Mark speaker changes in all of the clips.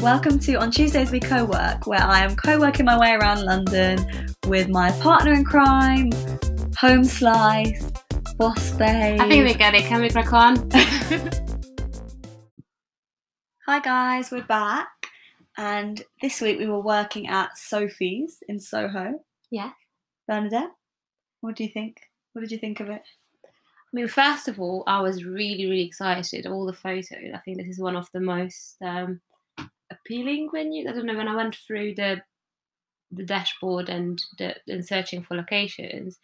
Speaker 1: Welcome to On Tuesdays We Co Work, where I am co working my way around London with my partner in crime, Home Slice, Boss Babe.
Speaker 2: I think we get it. Can we crack on?
Speaker 1: Hi guys, we're back. And this week we were working at Sophie's in Soho.
Speaker 2: Yeah.
Speaker 1: Bernadette, what do you think? What did you think of it?
Speaker 2: I mean, first of all, I was really, really excited. All the photos. I think this is one of the most um, appealing when you. I don't know when I went through the the dashboard and the, and searching for locations.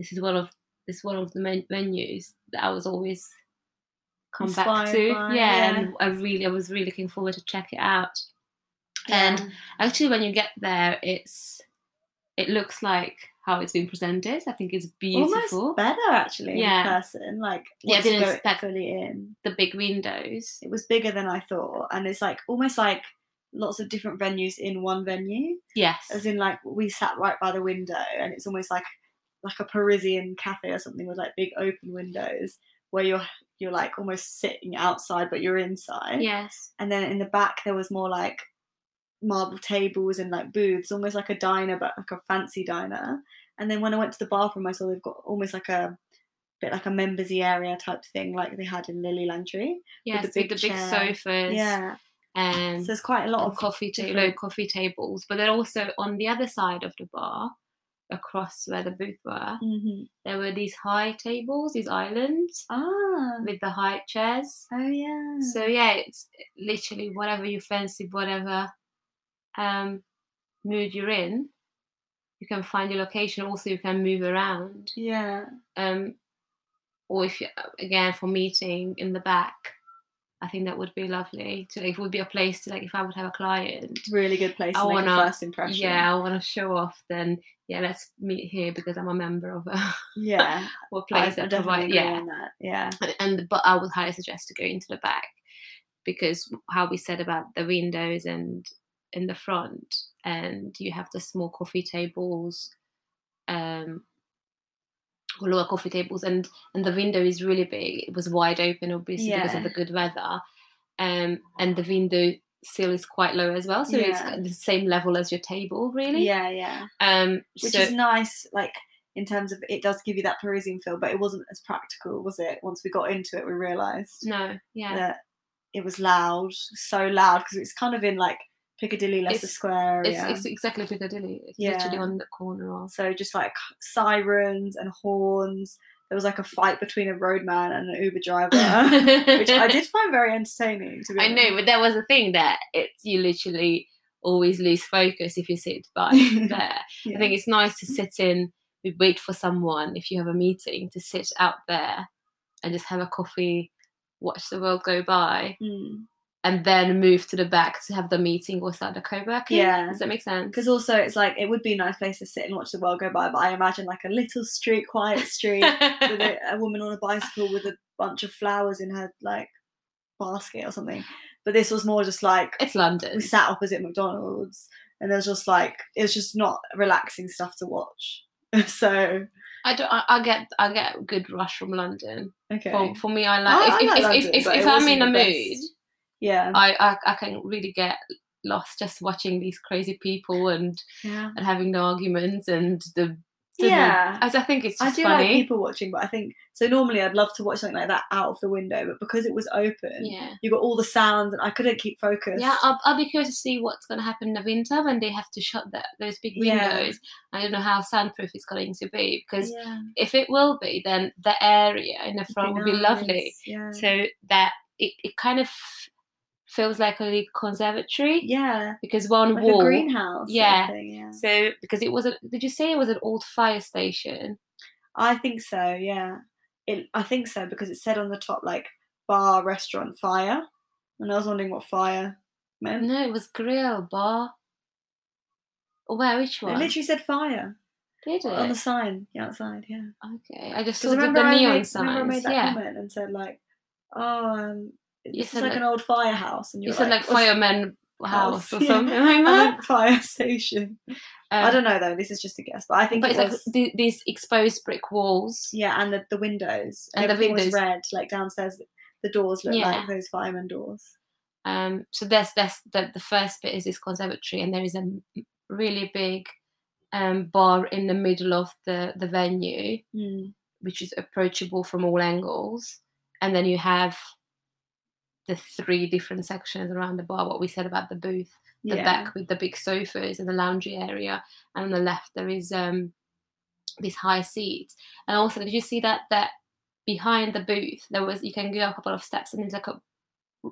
Speaker 2: This is one of this is one of the men- menus that I was always come back
Speaker 1: Inspired
Speaker 2: to.
Speaker 1: by,
Speaker 2: yeah,
Speaker 1: yeah.
Speaker 2: and I really, I was really looking forward to check it out. And actually when you get there it's it looks like how it's been presented i think it's beautiful
Speaker 1: almost better actually in
Speaker 2: Yeah.
Speaker 1: person. Like
Speaker 2: Yeah, I
Speaker 1: once
Speaker 2: didn't
Speaker 1: you go
Speaker 2: expect-
Speaker 1: fully in.
Speaker 2: the big windows
Speaker 1: It was bigger than I thought, and it's like almost like lots of different venues in one venue.
Speaker 2: yes
Speaker 1: As in, like we sat right by the window, and it's almost like like a Parisian cafe or something with like big open windows where you're you're like almost sitting outside, but you're inside.
Speaker 2: yes
Speaker 1: and then in the back there was more like marble tables and like booths almost like a diner but like a fancy diner and then when i went to the bathroom i saw they've got almost like a bit like a membersy area type thing like they had in lily Langtry.
Speaker 2: yes with the
Speaker 1: big
Speaker 2: big,
Speaker 1: chair.
Speaker 2: sofas
Speaker 1: yeah so
Speaker 2: and
Speaker 1: there's quite a lot
Speaker 2: of
Speaker 1: of
Speaker 2: coffee ta-
Speaker 1: different-
Speaker 2: low coffee tables but then also on the other side of the bar across where the booth were
Speaker 1: Mhm.
Speaker 2: there were these high tables these islands
Speaker 1: ah
Speaker 2: with the high chairs
Speaker 1: oh yeah
Speaker 2: so yeah it's literally whatever you fancy whatever um mood you're in you can find your location also you can move around
Speaker 1: yeah
Speaker 2: um or if you again for meeting in the back i think that would be lovely to it would be a place to like if i would have a client
Speaker 1: really good place to
Speaker 2: I
Speaker 1: make a
Speaker 2: wanna-
Speaker 1: first impression
Speaker 2: yeah i want to show off then yeah let's meet here because i'm a member of a,
Speaker 1: yeah
Speaker 2: a
Speaker 1: I, I
Speaker 2: place that
Speaker 1: definitely
Speaker 2: provides
Speaker 1: agree
Speaker 2: yeah
Speaker 1: on that yeah
Speaker 2: and- and but I would highly suggest to go into the back because how we said about the windows and in the front and you have the small coffee tables um or lower coffee tables and and the window is really big it was wide open obviously because
Speaker 1: Yeah.
Speaker 2: of the good weather um and the window sill is quite low as well so it's
Speaker 1: Yeah.
Speaker 2: the same level as your table really
Speaker 1: yeah yeah
Speaker 2: um
Speaker 1: which
Speaker 2: so
Speaker 1: is nice like in terms of it does give you that parisian feel but it wasn't as practical was it once we got into it we realized
Speaker 2: no yeah
Speaker 1: that it was loud so loud because it's kind of in like piccadilly leicester
Speaker 2: It's-
Speaker 1: square
Speaker 2: it's,
Speaker 1: area
Speaker 2: it's exactly Piccadilly. It's
Speaker 1: Yeah.
Speaker 2: literally on the corner of
Speaker 1: so just like sirens and horns there was like a fight between a roadman and an uber driver which i did find very entertaining to be
Speaker 2: I know,
Speaker 1: honest.
Speaker 2: but that was the thing that it's you literally always lose focus if you sit by there.
Speaker 1: Yeah.
Speaker 2: I think it's nice to sit in, we wait for someone if you have a meeting to sit out there and just have a coffee, watch the world go by,
Speaker 1: Mm.
Speaker 2: and then move to the back to have the meeting or start the co-working.
Speaker 1: Yeah.
Speaker 2: does that make sense?
Speaker 1: Because also it's like it would be a nice place to sit and watch the world go by, but I imagine like a little street, quiet street, with a, a woman on a bicycle with a bunch of flowers in her like basket or something. But this was more just like
Speaker 2: it's London.
Speaker 1: we sat opposite McDonald's and there's just like it's just not relaxing stuff to watch. so
Speaker 2: I don't. I, I get. I get a good rush from London.
Speaker 1: okay,
Speaker 2: For, for me,
Speaker 1: I-
Speaker 2: I like.
Speaker 1: I
Speaker 2: if
Speaker 1: like
Speaker 2: if,
Speaker 1: London,
Speaker 2: if, if,
Speaker 1: but
Speaker 2: if
Speaker 1: it
Speaker 2: I'm
Speaker 1: wasn't
Speaker 2: in a
Speaker 1: the
Speaker 2: mood,
Speaker 1: best. yeah,
Speaker 2: I, I I can really get lost just watching these crazy people and,
Speaker 1: yeah,
Speaker 2: and having the arguments and the, the
Speaker 1: yeah.
Speaker 2: As I think it's
Speaker 1: I
Speaker 2: just
Speaker 1: do like
Speaker 2: funny.
Speaker 1: people watching, but I think so. Normally, I'd love to watch something like that out of the window, but because it was open,
Speaker 2: yeah,
Speaker 1: you got all the sounds, and I couldn't keep focused.
Speaker 2: yeah. I'll, I'll be curious to see what's going to happen in the winter when they have to shut that, those big
Speaker 1: Yeah.
Speaker 2: windows. I don't know how soundproof it's going to be because
Speaker 1: Yeah,
Speaker 2: if it will be, then the area in the
Speaker 1: it'd
Speaker 2: front will be lovely.
Speaker 1: nice, Yeah,
Speaker 2: So that it, it kind of feels like a little conservatory
Speaker 1: yeah,
Speaker 2: because one
Speaker 1: like
Speaker 2: wall.
Speaker 1: a greenhouse. sort of
Speaker 2: Yeah.
Speaker 1: thing, yeah.
Speaker 2: So because it was a did you say it was an old fire station?
Speaker 1: I think so, yeah. It, I think so because it said on the top like bar, restaurant, fire, and I was wondering what fire meant.
Speaker 2: No, it was grill bar. Oh, Where? Which
Speaker 1: It
Speaker 2: one?
Speaker 1: literally said fire
Speaker 2: Did it?
Speaker 1: on the sign outside, yeah.
Speaker 2: Okay, I just saw
Speaker 1: 'Cause
Speaker 2: the,
Speaker 1: remember,
Speaker 2: the
Speaker 1: I
Speaker 2: neon
Speaker 1: made, remember I
Speaker 2: signs.
Speaker 1: made that
Speaker 2: yeah,
Speaker 1: comment and said like, oh, um,
Speaker 2: You
Speaker 1: this is
Speaker 2: said,
Speaker 1: like,
Speaker 2: like-
Speaker 1: an old firehouse, and
Speaker 2: you
Speaker 1: you're
Speaker 2: said like
Speaker 1: "What's-
Speaker 2: fireman house or
Speaker 1: house, yeah.
Speaker 2: something like
Speaker 1: I
Speaker 2: that.
Speaker 1: meant fire station. I
Speaker 2: Um,
Speaker 1: don't know though. This is just a guess, but I think it
Speaker 2: But it's like
Speaker 1: was-
Speaker 2: th- these exposed brick walls.
Speaker 1: yeah, and the, the windows
Speaker 2: And the
Speaker 1: Everything was
Speaker 2: windows.
Speaker 1: red. Like downstairs, the doors look
Speaker 2: Yeah.
Speaker 1: like those fireman doors.
Speaker 2: Um, so there's that's the, the first bit is this conservatory, and there is a m- really big um, bar in the middle of the the venue,
Speaker 1: Mm.
Speaker 2: which is approachable from all angles. And then you have the three different sections around the bar. What we said about the booth, the
Speaker 1: Yeah.
Speaker 2: back with the big sofas and the loungy area, and on the left there is um these high seats. And also, did you see that that behind the booth there was you can go a couple of steps and there's like a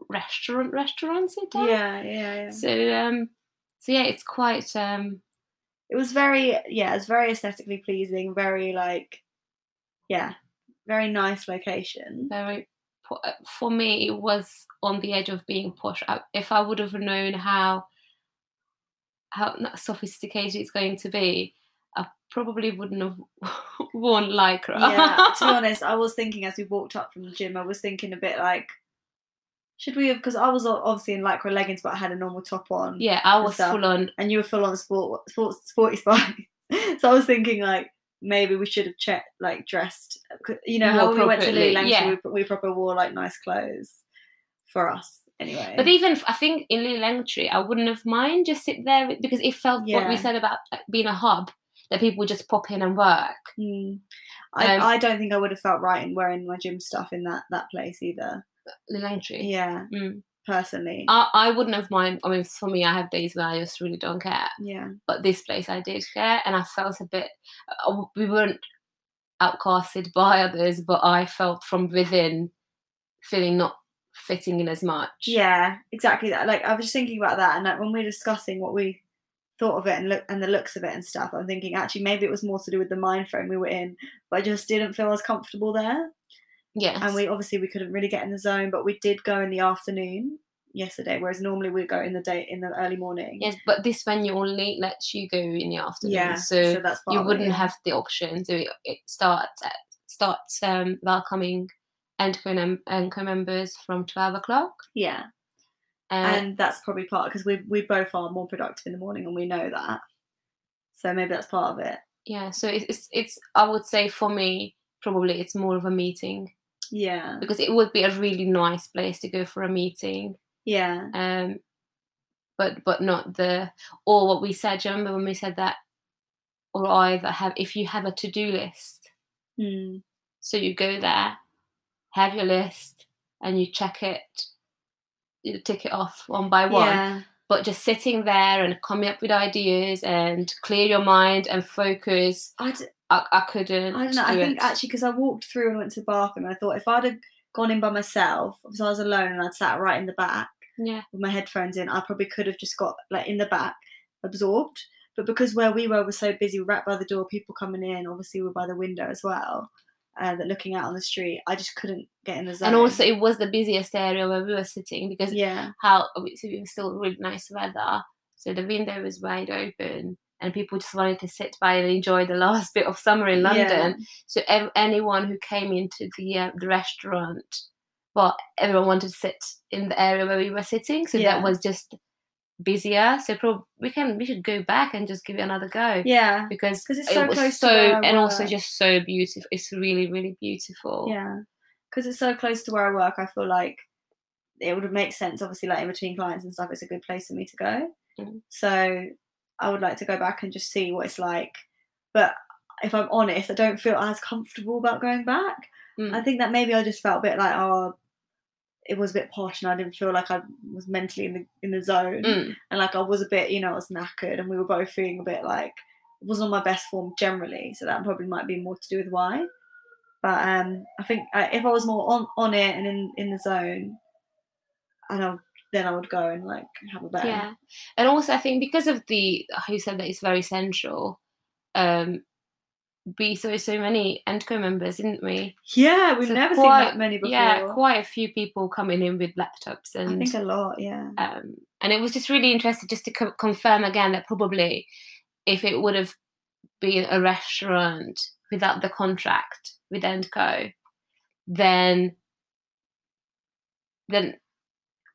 Speaker 2: restaurant restaurant sit down.
Speaker 1: Yeah, yeah, yeah.
Speaker 2: So um so yeah, it's quite um
Speaker 1: It was very, yeah, it was very aesthetically pleasing, very like, yeah, very nice location.
Speaker 2: very po- uh, for me it was on the edge of being posh I, if i would have known how how not sophisticated it's going to be i probably wouldn't have worn lycra
Speaker 1: yeah, to be honest, I was thinking as we walked up from the gym, I was thinking a bit like, should we have? Because I was o- obviously in lycra leggings, but I had a normal top on.
Speaker 2: Yeah, i was
Speaker 1: stuff.
Speaker 2: full on
Speaker 1: And you were full on sport, sports, sporty spy. so I was thinking like maybe we should have checked, like dressed. 'cause You know how
Speaker 2: More
Speaker 1: when we went to
Speaker 2: appropriately,
Speaker 1: Lululemon,
Speaker 2: yeah.
Speaker 1: we, pro- we proper wore like nice clothes for us anyway.
Speaker 2: but even f- I think in Lilangtry, I wouldn't have mind just sit there with- because it felt what we
Speaker 1: Yeah.
Speaker 2: said about like, being a hub that people just pop in and work.
Speaker 1: Mm. I,
Speaker 2: Um,
Speaker 1: I don't think I would have felt right in wearing my gym stuff in that that place either.
Speaker 2: Lilangtry.
Speaker 1: Yeah,
Speaker 2: Mm.
Speaker 1: personally.
Speaker 2: I, I wouldn't have mind. I mean, for me, I have days where I just really don't care.
Speaker 1: yeah.
Speaker 2: but this place I did get, and I felt a bit. uh, We weren't outcasted by others, but I felt from within feeling not fitting in as much.
Speaker 1: Yeah, exactly that. Like I was just thinking about that, and like when we were discussing what we thought of it and look and the looks of it and stuff, I'm thinking actually maybe it was more to do with the mind frame we were in, but I just didn't feel as comfortable there.
Speaker 2: Yes.
Speaker 1: And we obviously we couldn't really get in the zone, but we did go in the afternoon yesterday, whereas normally we go in the day in the early morning.
Speaker 2: yes, but this venue only lets you go in the afternoon,
Speaker 1: yeah.
Speaker 2: so,
Speaker 1: that's part
Speaker 2: you
Speaker 1: of it,
Speaker 2: wouldn't
Speaker 1: yeah.
Speaker 2: have the option. So it, it starts at, starts um, welcoming and co members from twelve o'clock.
Speaker 1: Yeah,
Speaker 2: Uh,
Speaker 1: and that's probably part because we we both are more productive in the morning, and we know that. So maybe that's part of it.
Speaker 2: yeah, so it's, it's it's I would say for me probably it's more of a meeting
Speaker 1: Yeah,
Speaker 2: because it would be a really nice place to go for a meeting
Speaker 1: yeah,
Speaker 2: um but but not the or what we said do you remember when we said that or either have if you have a to-do list
Speaker 1: mm.
Speaker 2: so you go there have your list and you check it you tick it off one by one
Speaker 1: yeah.
Speaker 2: but just sitting there and coming up with ideas and clear your mind and focus
Speaker 1: I d-
Speaker 2: i, I couldn't
Speaker 1: I don't know. I
Speaker 2: do
Speaker 1: think
Speaker 2: it.
Speaker 1: actually because I walked through and went to the bathroom, and I thought if I'd have gone in by myself, because I was alone and I'd sat right in the back
Speaker 2: yeah
Speaker 1: with my headphones in, I probably could have just got like in the back, absorbed. But because where we were was so busy, we were right by the door, people coming in. Obviously, we were by the window as well, uh, that looking out on the street. I just couldn't get in the zone.
Speaker 2: and also it was the busiest area where we were sitting because
Speaker 1: yeah,
Speaker 2: how obviously it was still really nice weather, so the window was wide open, and people just wanted to sit by and enjoy the last bit of summer in
Speaker 1: Yeah.
Speaker 2: London. So ev- anyone who came into the uh, the restaurant, well, everyone wanted to sit in the area where we were sitting, so
Speaker 1: Yeah.
Speaker 2: that was just busier. So prob- we can we should go back and just give it another go
Speaker 1: yeah,
Speaker 2: because.
Speaker 1: because it's
Speaker 2: It
Speaker 1: so
Speaker 2: was
Speaker 1: close
Speaker 2: so,
Speaker 1: to where I
Speaker 2: and also
Speaker 1: work.
Speaker 2: just so beautiful. It's really, really beautiful.
Speaker 1: Yeah, because it's so close to where I work. I feel like it would make sense, obviously, like in between clients and stuff. It's a good place for me to go.
Speaker 2: Mhm.
Speaker 1: So I would like to go back and just see what it's like. But if I'm honest, I don't feel as comfortable about going back.
Speaker 2: Mm.
Speaker 1: I think that maybe I just felt a bit like, oh, it was a bit posh, and I didn't feel like I was mentally in the in the zone,
Speaker 2: Mm.
Speaker 1: and like I was a bit, you know, I was knackered, and we were both feeling a bit like it wasn't my best form generally. So that probably might be more to do with why. But um, I think uh, if I was more on, on it and in, in the zone, and I, then I would go and like have a better.
Speaker 2: Yeah, and also I think because of the who said that it's very central. Um, we saw so many Endco members, didn't we?
Speaker 1: Yeah, we've
Speaker 2: So
Speaker 1: never
Speaker 2: quite-
Speaker 1: seen that many before.
Speaker 2: Yeah, quite a few people coming in with laptops,
Speaker 1: I
Speaker 2: and
Speaker 1: think a lot. Yeah.
Speaker 2: um, and it was just really interesting just to co- confirm again that probably if it would have been a restaurant without the contract with Endco, then then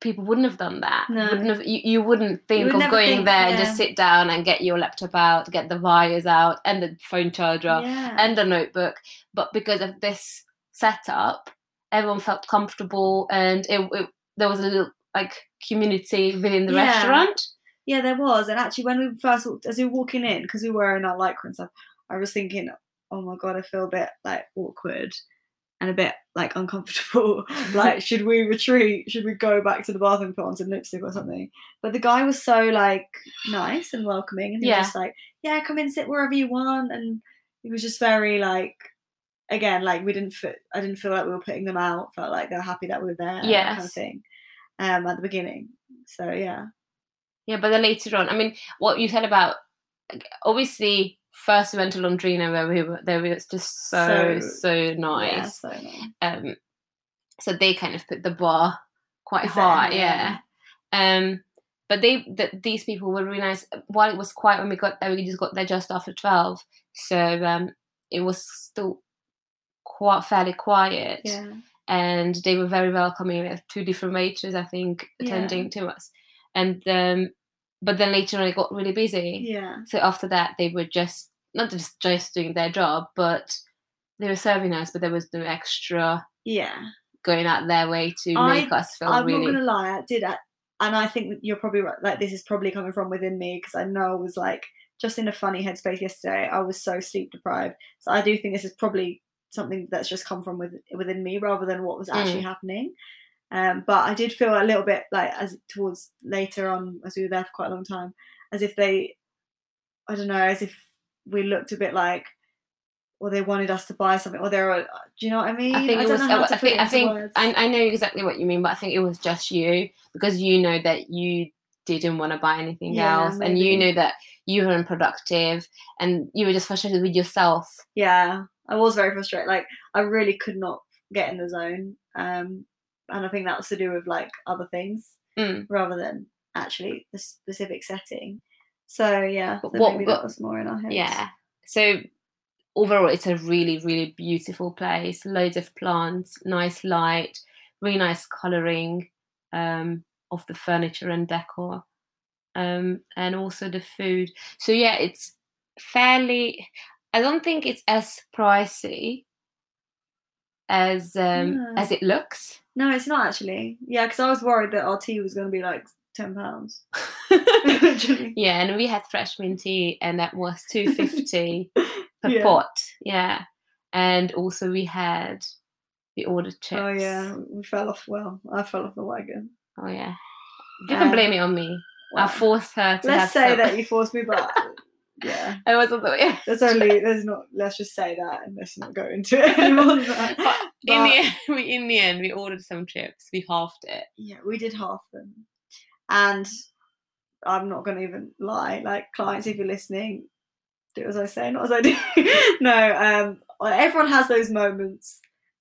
Speaker 2: people wouldn't have done that.
Speaker 1: No.
Speaker 2: Wouldn't have, you, you wouldn't think
Speaker 1: would
Speaker 2: of
Speaker 1: never
Speaker 2: going
Speaker 1: think,
Speaker 2: there and just
Speaker 1: yeah.
Speaker 2: sit down and get your laptop out, get the wires out, and the phone charger
Speaker 1: yeah.
Speaker 2: and a notebook. But because of this setup, everyone felt comfortable, and it, it- there was a little like community within the
Speaker 1: Yeah.
Speaker 2: restaurant.
Speaker 1: Yeah, there was. And actually, when we first walked, as we were walking in, because we were in our lycra and stuff, I was thinking, oh my god, I feel a bit like awkward and a bit like uncomfortable. like, should we retreat? Should we go back to the bathroom, put on some lipstick or something? But the guy was so like nice and welcoming, and he
Speaker 2: Yeah.
Speaker 1: was just like, yeah, come in, sit wherever you want, and he was just very like. Again, like we didn't, fe- I didn't feel like we were putting them out. Felt like they were happy that we were there, that kind of
Speaker 2: Yes.
Speaker 1: thing. Um, at the beginning, so yeah,
Speaker 2: Yeah, but then later on, I mean, what you said about like, obviously first we went to Londrina where we were there was just so
Speaker 1: So-
Speaker 2: so,
Speaker 1: Yeah,
Speaker 2: nice.
Speaker 1: so nice.
Speaker 2: Um, so they kind of put the bar quite
Speaker 1: Is it?
Speaker 2: high,
Speaker 1: Yeah.
Speaker 2: yeah. Um, but they th- these people were really nice. While it was quiet when we got there, we just got there just after twelve, so um, it was still quite fairly quiet.
Speaker 1: Yeah.
Speaker 2: and they were very welcoming. There were two different waiters, I think,
Speaker 1: Yeah.
Speaker 2: attending to us. And um, but then later on, it got really busy.
Speaker 1: Yeah.
Speaker 2: So after that, they were just not just just doing their job, but they were serving us. But there was no extra
Speaker 1: Yeah.
Speaker 2: going out their way to
Speaker 1: I-
Speaker 2: make us feel
Speaker 1: I'm
Speaker 2: really.
Speaker 1: not gonna lie, I did I, and I think that you're probably right like this is probably coming from within me because I know I was like just in a funny headspace yesterday. I was so sleep deprived. So I do think this is probably something that's just come from with, within me rather than what was
Speaker 2: Mm.
Speaker 1: actually happening. Um, but I did feel a little bit like as towards later on as we were there for quite a long time, as if they I don't know, as if we looked a bit like or they wanted us to buy something or they were uh, do you know what I mean?
Speaker 2: I think it
Speaker 1: don't
Speaker 2: was.
Speaker 1: know how
Speaker 2: I,
Speaker 1: to put
Speaker 2: think.
Speaker 1: it
Speaker 2: I
Speaker 1: into
Speaker 2: think.
Speaker 1: words.
Speaker 2: I, I know exactly what you mean, but I think it was just you because you know that you didn't want to buy anything
Speaker 1: Yeah,
Speaker 2: else, and
Speaker 1: maybe.
Speaker 2: you know that you were unproductive, and you were just frustrated with yourself.
Speaker 1: yeah i was very frustrated like i really could not get in the zone um and i think that was to do with like other things
Speaker 2: Mm.
Speaker 1: rather than actually the specific setting so yeah
Speaker 2: But
Speaker 1: so
Speaker 2: what-
Speaker 1: maybe
Speaker 2: what-
Speaker 1: that was more in our heads
Speaker 2: Yeah. So overall, it's a really, really beautiful place. Loads of plants, nice light, really nice colouring um, of the furniture and decor, um, and also the food. So yeah, it's fairly. I don't think it's as pricey as um,
Speaker 1: No.
Speaker 2: as it looks.
Speaker 1: no it's not actually yeah because i was worried that our tea was going to be like 10 pounds Oh,
Speaker 2: yeah, and we had fresh mint tea, and that was two fifty. per
Speaker 1: Yeah.
Speaker 2: pot. Yeah. And also we had we ordered chips.
Speaker 1: oh yeah we fell off well i fell off the wagon
Speaker 2: Oh yeah. You can
Speaker 1: Um,
Speaker 2: blame it on me. I
Speaker 1: Well,
Speaker 2: forced her to have
Speaker 1: let's say
Speaker 2: some-
Speaker 1: that you forced me but yeah
Speaker 2: I was on the way.
Speaker 1: there's only there's not let's just say that and let's not go into it anymore than that.
Speaker 2: But
Speaker 1: But-
Speaker 2: in the end, we in the end we ordered some chips. We halved it.
Speaker 1: yeah, we did half them. And I'm not going to even lie, like clients, if you're listening, do as I say, not as I do. no, um, everyone has those moments,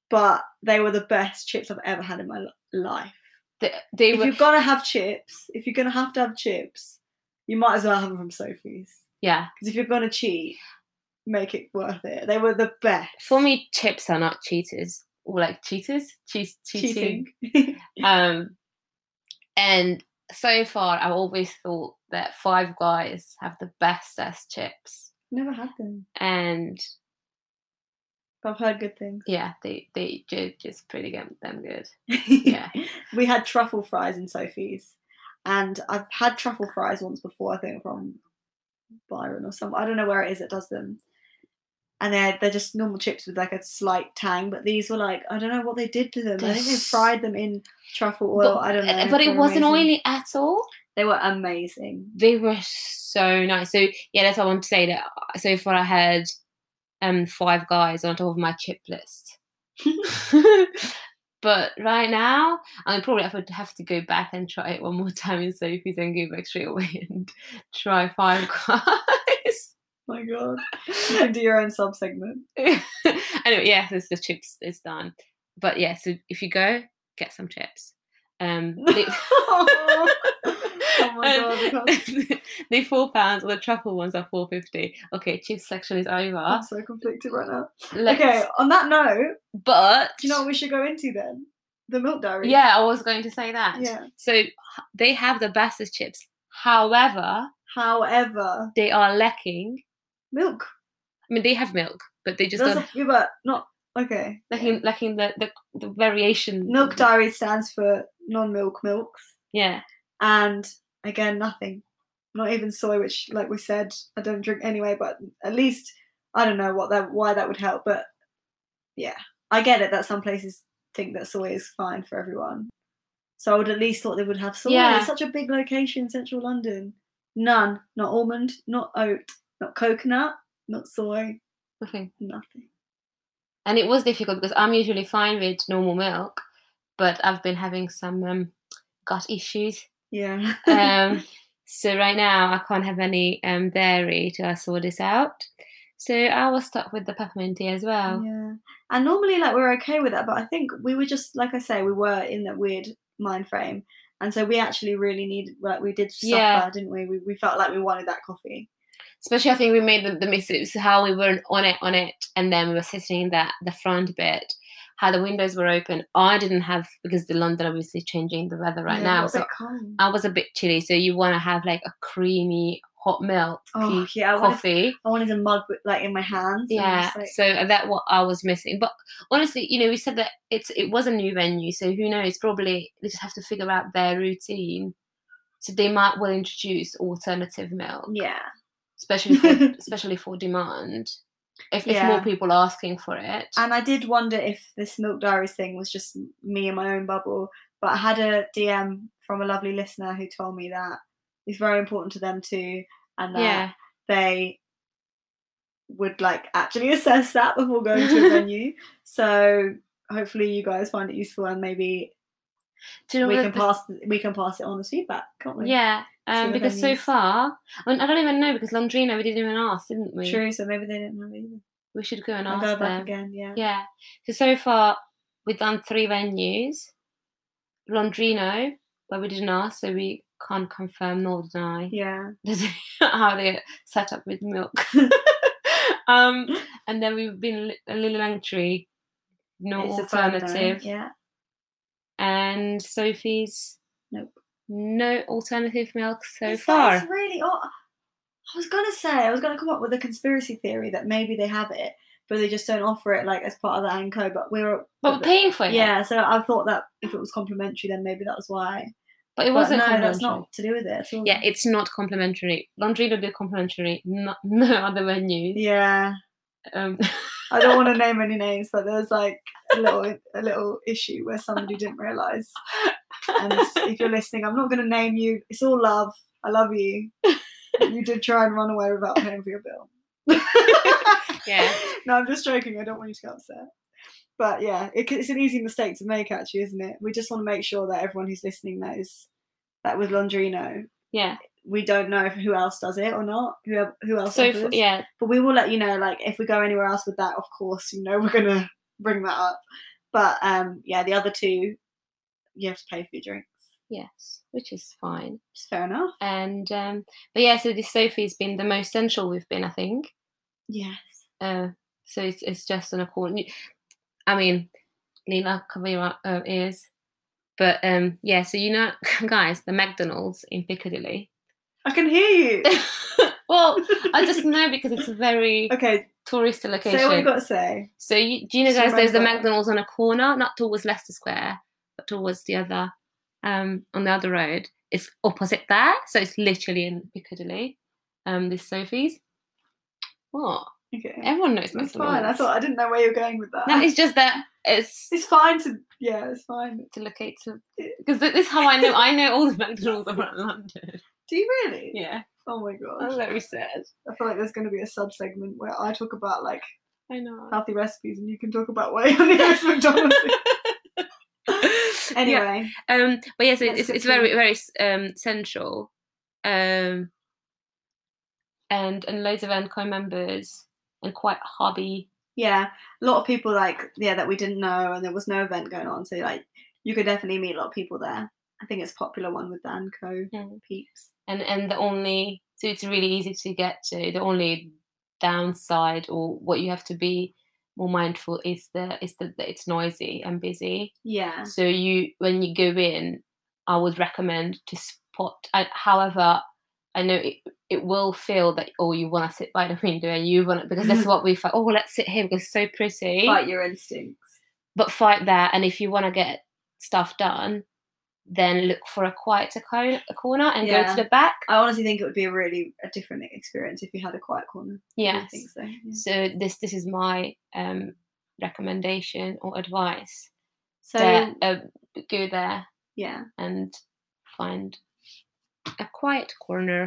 Speaker 1: but they were the best chips I've ever had in my li- life.
Speaker 2: They, they
Speaker 1: If
Speaker 2: were
Speaker 1: you're gonna have chips, if you're gonna have to have chips, you might as well have them from Sophie's.
Speaker 2: yeah.
Speaker 1: Because if you're gonna cheat, make it worth it. They were the best.
Speaker 2: For me, chips are not cheaters or like cheaters, cheese cheating.
Speaker 1: cheating.
Speaker 2: Um, and so far, I've always thought that Five Guys have the best ass chips,
Speaker 1: Never had them,
Speaker 2: and
Speaker 1: but I've heard good things.
Speaker 2: yeah, they they do just pretty damn damn good.
Speaker 1: yeah.
Speaker 2: Yeah.
Speaker 1: we had truffle fries in Sophie's, and I've had truffle fries once before. I think from Byron or somewhere. I don't know where it is that does them. And they're they're just normal chips with like a slight tang, but these were like I don't know what they did to them. I think they
Speaker 2: This-
Speaker 1: fried them in truffle oil. I don't know.
Speaker 2: But
Speaker 1: they
Speaker 2: it
Speaker 1: were
Speaker 2: wasn't
Speaker 1: amazing.
Speaker 2: oily at all.
Speaker 1: They were amazing.
Speaker 2: They were so nice. So yeah, that's what I want to say. That uh, so far I had um five guys on top of my chip list. but right now, I probably have to have to go back and try it one more time in Sophie's and go back straight away and try five guys.
Speaker 1: My God, you can do your own sub segment.
Speaker 2: anyway, yeah, so it's the chips is done. But yeah, so if you go, get some chips. Um, they-
Speaker 1: oh my God, I can't-
Speaker 2: They're four pounds. The truffle ones are four fifty. Okay, chips section is over.
Speaker 1: I'm so conflicted right now.
Speaker 2: Let's-
Speaker 1: Okay, on that note,
Speaker 2: but
Speaker 1: Do you know what we should go into then? The milk diary.
Speaker 2: yeah, I was going to say that.
Speaker 1: Yeah.
Speaker 2: So h- they have the bestest chips. However,
Speaker 1: However,
Speaker 2: they are lacking.
Speaker 1: milk.
Speaker 2: I mean, they have milk, but they just
Speaker 1: Does
Speaker 2: don't,
Speaker 1: yeah, but not okay.
Speaker 2: lacking lacking the, the the variation.
Speaker 1: Milk diary stands for non-milk milks.
Speaker 2: Yeah.
Speaker 1: and again nothing not even soy which like we said i don't drink anyway but at least i don't know what that why that would help but yeah i get it that some places think that soy is fine for everyone so i would at least thought they would have soy
Speaker 2: Yeah.
Speaker 1: it's such a big location in central london none not almond not oat not coconut not soy
Speaker 2: Nothing.
Speaker 1: nothing
Speaker 2: And it was difficult because I'm usually fine with normal milk, but I've been having some um, gut issues.
Speaker 1: yeah
Speaker 2: um, so right now I can't have any um, dairy till I sort this out. So I was stuck with the peppermint tea as well.
Speaker 1: Yeah. And normally, like, we're okay with that, but I think we were just, like I say, we were in that weird mind frame. And so we actually really needed, like, we did suffer,
Speaker 2: Yeah.
Speaker 1: didn't we? we? We felt like we wanted that coffee.
Speaker 2: Especially I think we made the, the mistakes how we weren't on it on it, and then we were sitting in that the front bit. How the windows were open. I didn't have because the London obviously changing the weather right
Speaker 1: Yeah,
Speaker 2: now.
Speaker 1: it's a
Speaker 2: So
Speaker 1: bit cold.
Speaker 2: I was a bit chilly. So you want to have like a creamy hot milk
Speaker 1: Oh, yeah. I wanted,
Speaker 2: coffee.
Speaker 1: I wanted a mug, with, like, in my hands. and
Speaker 2: yeah
Speaker 1: just, like-
Speaker 2: so that what i was missing but honestly you know we said that it's it was a new venue so who knows probably they just have to figure out their routine so they might well introduce alternative milk
Speaker 1: yeah.
Speaker 2: especially for, especially for demand if, if
Speaker 1: Yeah. Uh,
Speaker 2: more people are asking for it
Speaker 1: And I did wonder if this Milk Diaries thing was just me and my own bubble. But I had a DM from a lovely listener who told me that it's very important to them too. And that
Speaker 2: yeah
Speaker 1: they would like actually assess that before going to a venue. So hopefully you guys find it useful and maybe
Speaker 2: Do you know
Speaker 1: we
Speaker 2: what
Speaker 1: can
Speaker 2: the-
Speaker 1: pass we can pass it on as feedback, can't we?
Speaker 2: yeah um,
Speaker 1: the
Speaker 2: because so
Speaker 1: venues.
Speaker 2: far I, mean, I don't even know because Londrina we didn't even ask didn't we
Speaker 1: True, so maybe they didn't have it either.
Speaker 2: we should go and
Speaker 1: I'll
Speaker 2: ask
Speaker 1: go
Speaker 2: them
Speaker 1: back again, yeah.
Speaker 2: Yeah. So so far we've done three venues. Londrino, but we didn't ask, so we can't confirm nor deny
Speaker 1: Yeah.
Speaker 2: how they set up with milk. um, and then we've been li- a little Langtree, no
Speaker 1: It's a phone, though.
Speaker 2: alternative,
Speaker 1: Yeah.
Speaker 2: and Sophie's.
Speaker 1: Nope.
Speaker 2: No alternative milk so
Speaker 1: It's-
Speaker 2: far.
Speaker 1: It's really odd. I was gonna say, I was gonna come up with a conspiracy theory that maybe they have it, but they just don't offer it like as part of the ANCO, but we were
Speaker 2: But we're paying for it.
Speaker 1: yeah, so I thought that if it was complimentary, then maybe that was why.
Speaker 2: But it
Speaker 1: But
Speaker 2: wasn't
Speaker 1: no, that's
Speaker 2: complimentary.
Speaker 1: not to do with it at all.
Speaker 2: Yeah, it's not complimentary. Laundry will be complimentary. No, no other venues.
Speaker 1: yeah.
Speaker 2: Um,
Speaker 1: I don't want to name any names, but there was like a little a little issue where somebody didn't realise. And if you're listening, I'm not going to name you. It's all love. I love you. You did try and run away without paying for your bill.
Speaker 2: yeah.
Speaker 1: No, I'm just joking. I don't want you to get upset. But yeah, it, c- it's an easy mistake to make, actually, isn't it? We just want to make sure that everyone who's listening knows that with Londrino,
Speaker 2: Yeah.
Speaker 1: we don't know if who else does it or not. Who el- who else?
Speaker 2: So
Speaker 1: offers.
Speaker 2: f- yeah,
Speaker 1: but we will let you know like if we go anywhere else with that of course you know we're gonna bring that up but um yeah the other two you have to pay for your drinks
Speaker 2: yes, which is fine.
Speaker 1: which is fair enough
Speaker 2: And um but yeah, so this Sophie's been the most central we've been, I think.
Speaker 1: yes
Speaker 2: Uh so it's it's just an accord. and you- I mean, Lila Kavira uh, is. But um yeah, so you know guys, the McDonald's in Piccadilly.
Speaker 1: i can hear you
Speaker 2: well, I just know because it's a very
Speaker 1: okay
Speaker 2: touristy
Speaker 1: say what you
Speaker 2: location.
Speaker 1: got to say
Speaker 2: So you, do you know,
Speaker 1: Just
Speaker 2: guys? There's the
Speaker 1: remember-
Speaker 2: McDonald's on a corner, not towards Leicester Square, but towards the other, um, on the other road. It's opposite there, so it's literally in Piccadilly. Um, this Sophie's. What?
Speaker 1: okay
Speaker 2: Everyone knows
Speaker 1: that's
Speaker 2: McDonald's.
Speaker 1: fine i thought i didn't know where you were going with that
Speaker 2: No, it's just that it's
Speaker 1: it's fine to yeah it's fine
Speaker 2: to locate to because this is how I know I know all the McDonald's around London.
Speaker 1: do you really
Speaker 2: Yeah,
Speaker 1: oh my
Speaker 2: that's
Speaker 1: gosh
Speaker 2: very sad.
Speaker 1: i feel like there's going to be a sub segment where i talk about like
Speaker 2: I know.
Speaker 1: healthy recipes and you can talk about where your nearest mcdonald's is.
Speaker 2: Yeah.
Speaker 1: anyway
Speaker 2: Um, but yes, it,
Speaker 1: That's
Speaker 2: it's, it's
Speaker 1: good to
Speaker 2: very very s- um central, um, and and loads of NCO members and quite hobby.
Speaker 1: yeah a lot of people like yeah that we didn't know and there was no event going on so like you could definitely meet a lot of people there i think it's a popular one with the anco
Speaker 2: Mm.
Speaker 1: peeps
Speaker 2: and and the only so it's really easy to get to. The only downside or what you have to be more mindful is the is the, that it's noisy and busy.
Speaker 1: yeah
Speaker 2: So you when you go in, I would recommend to spot. I, however, I know it, it will feel that oh you want to sit by the window and you want to because that's what we felt. Oh let's sit here because it's so pretty.
Speaker 1: fight your instincts
Speaker 2: But fight that, and if you want to get stuff done, then look for a quieter co- a corner and
Speaker 1: Yeah.
Speaker 2: go to the back.
Speaker 1: I honestly think it would be a really a different experience if you had a quiet corner. I
Speaker 2: Yes.
Speaker 1: think so. yeah.
Speaker 2: So this this is my um, recommendation or advice.
Speaker 1: So
Speaker 2: So uh, go there
Speaker 1: yeah,
Speaker 2: and find a quiet corner.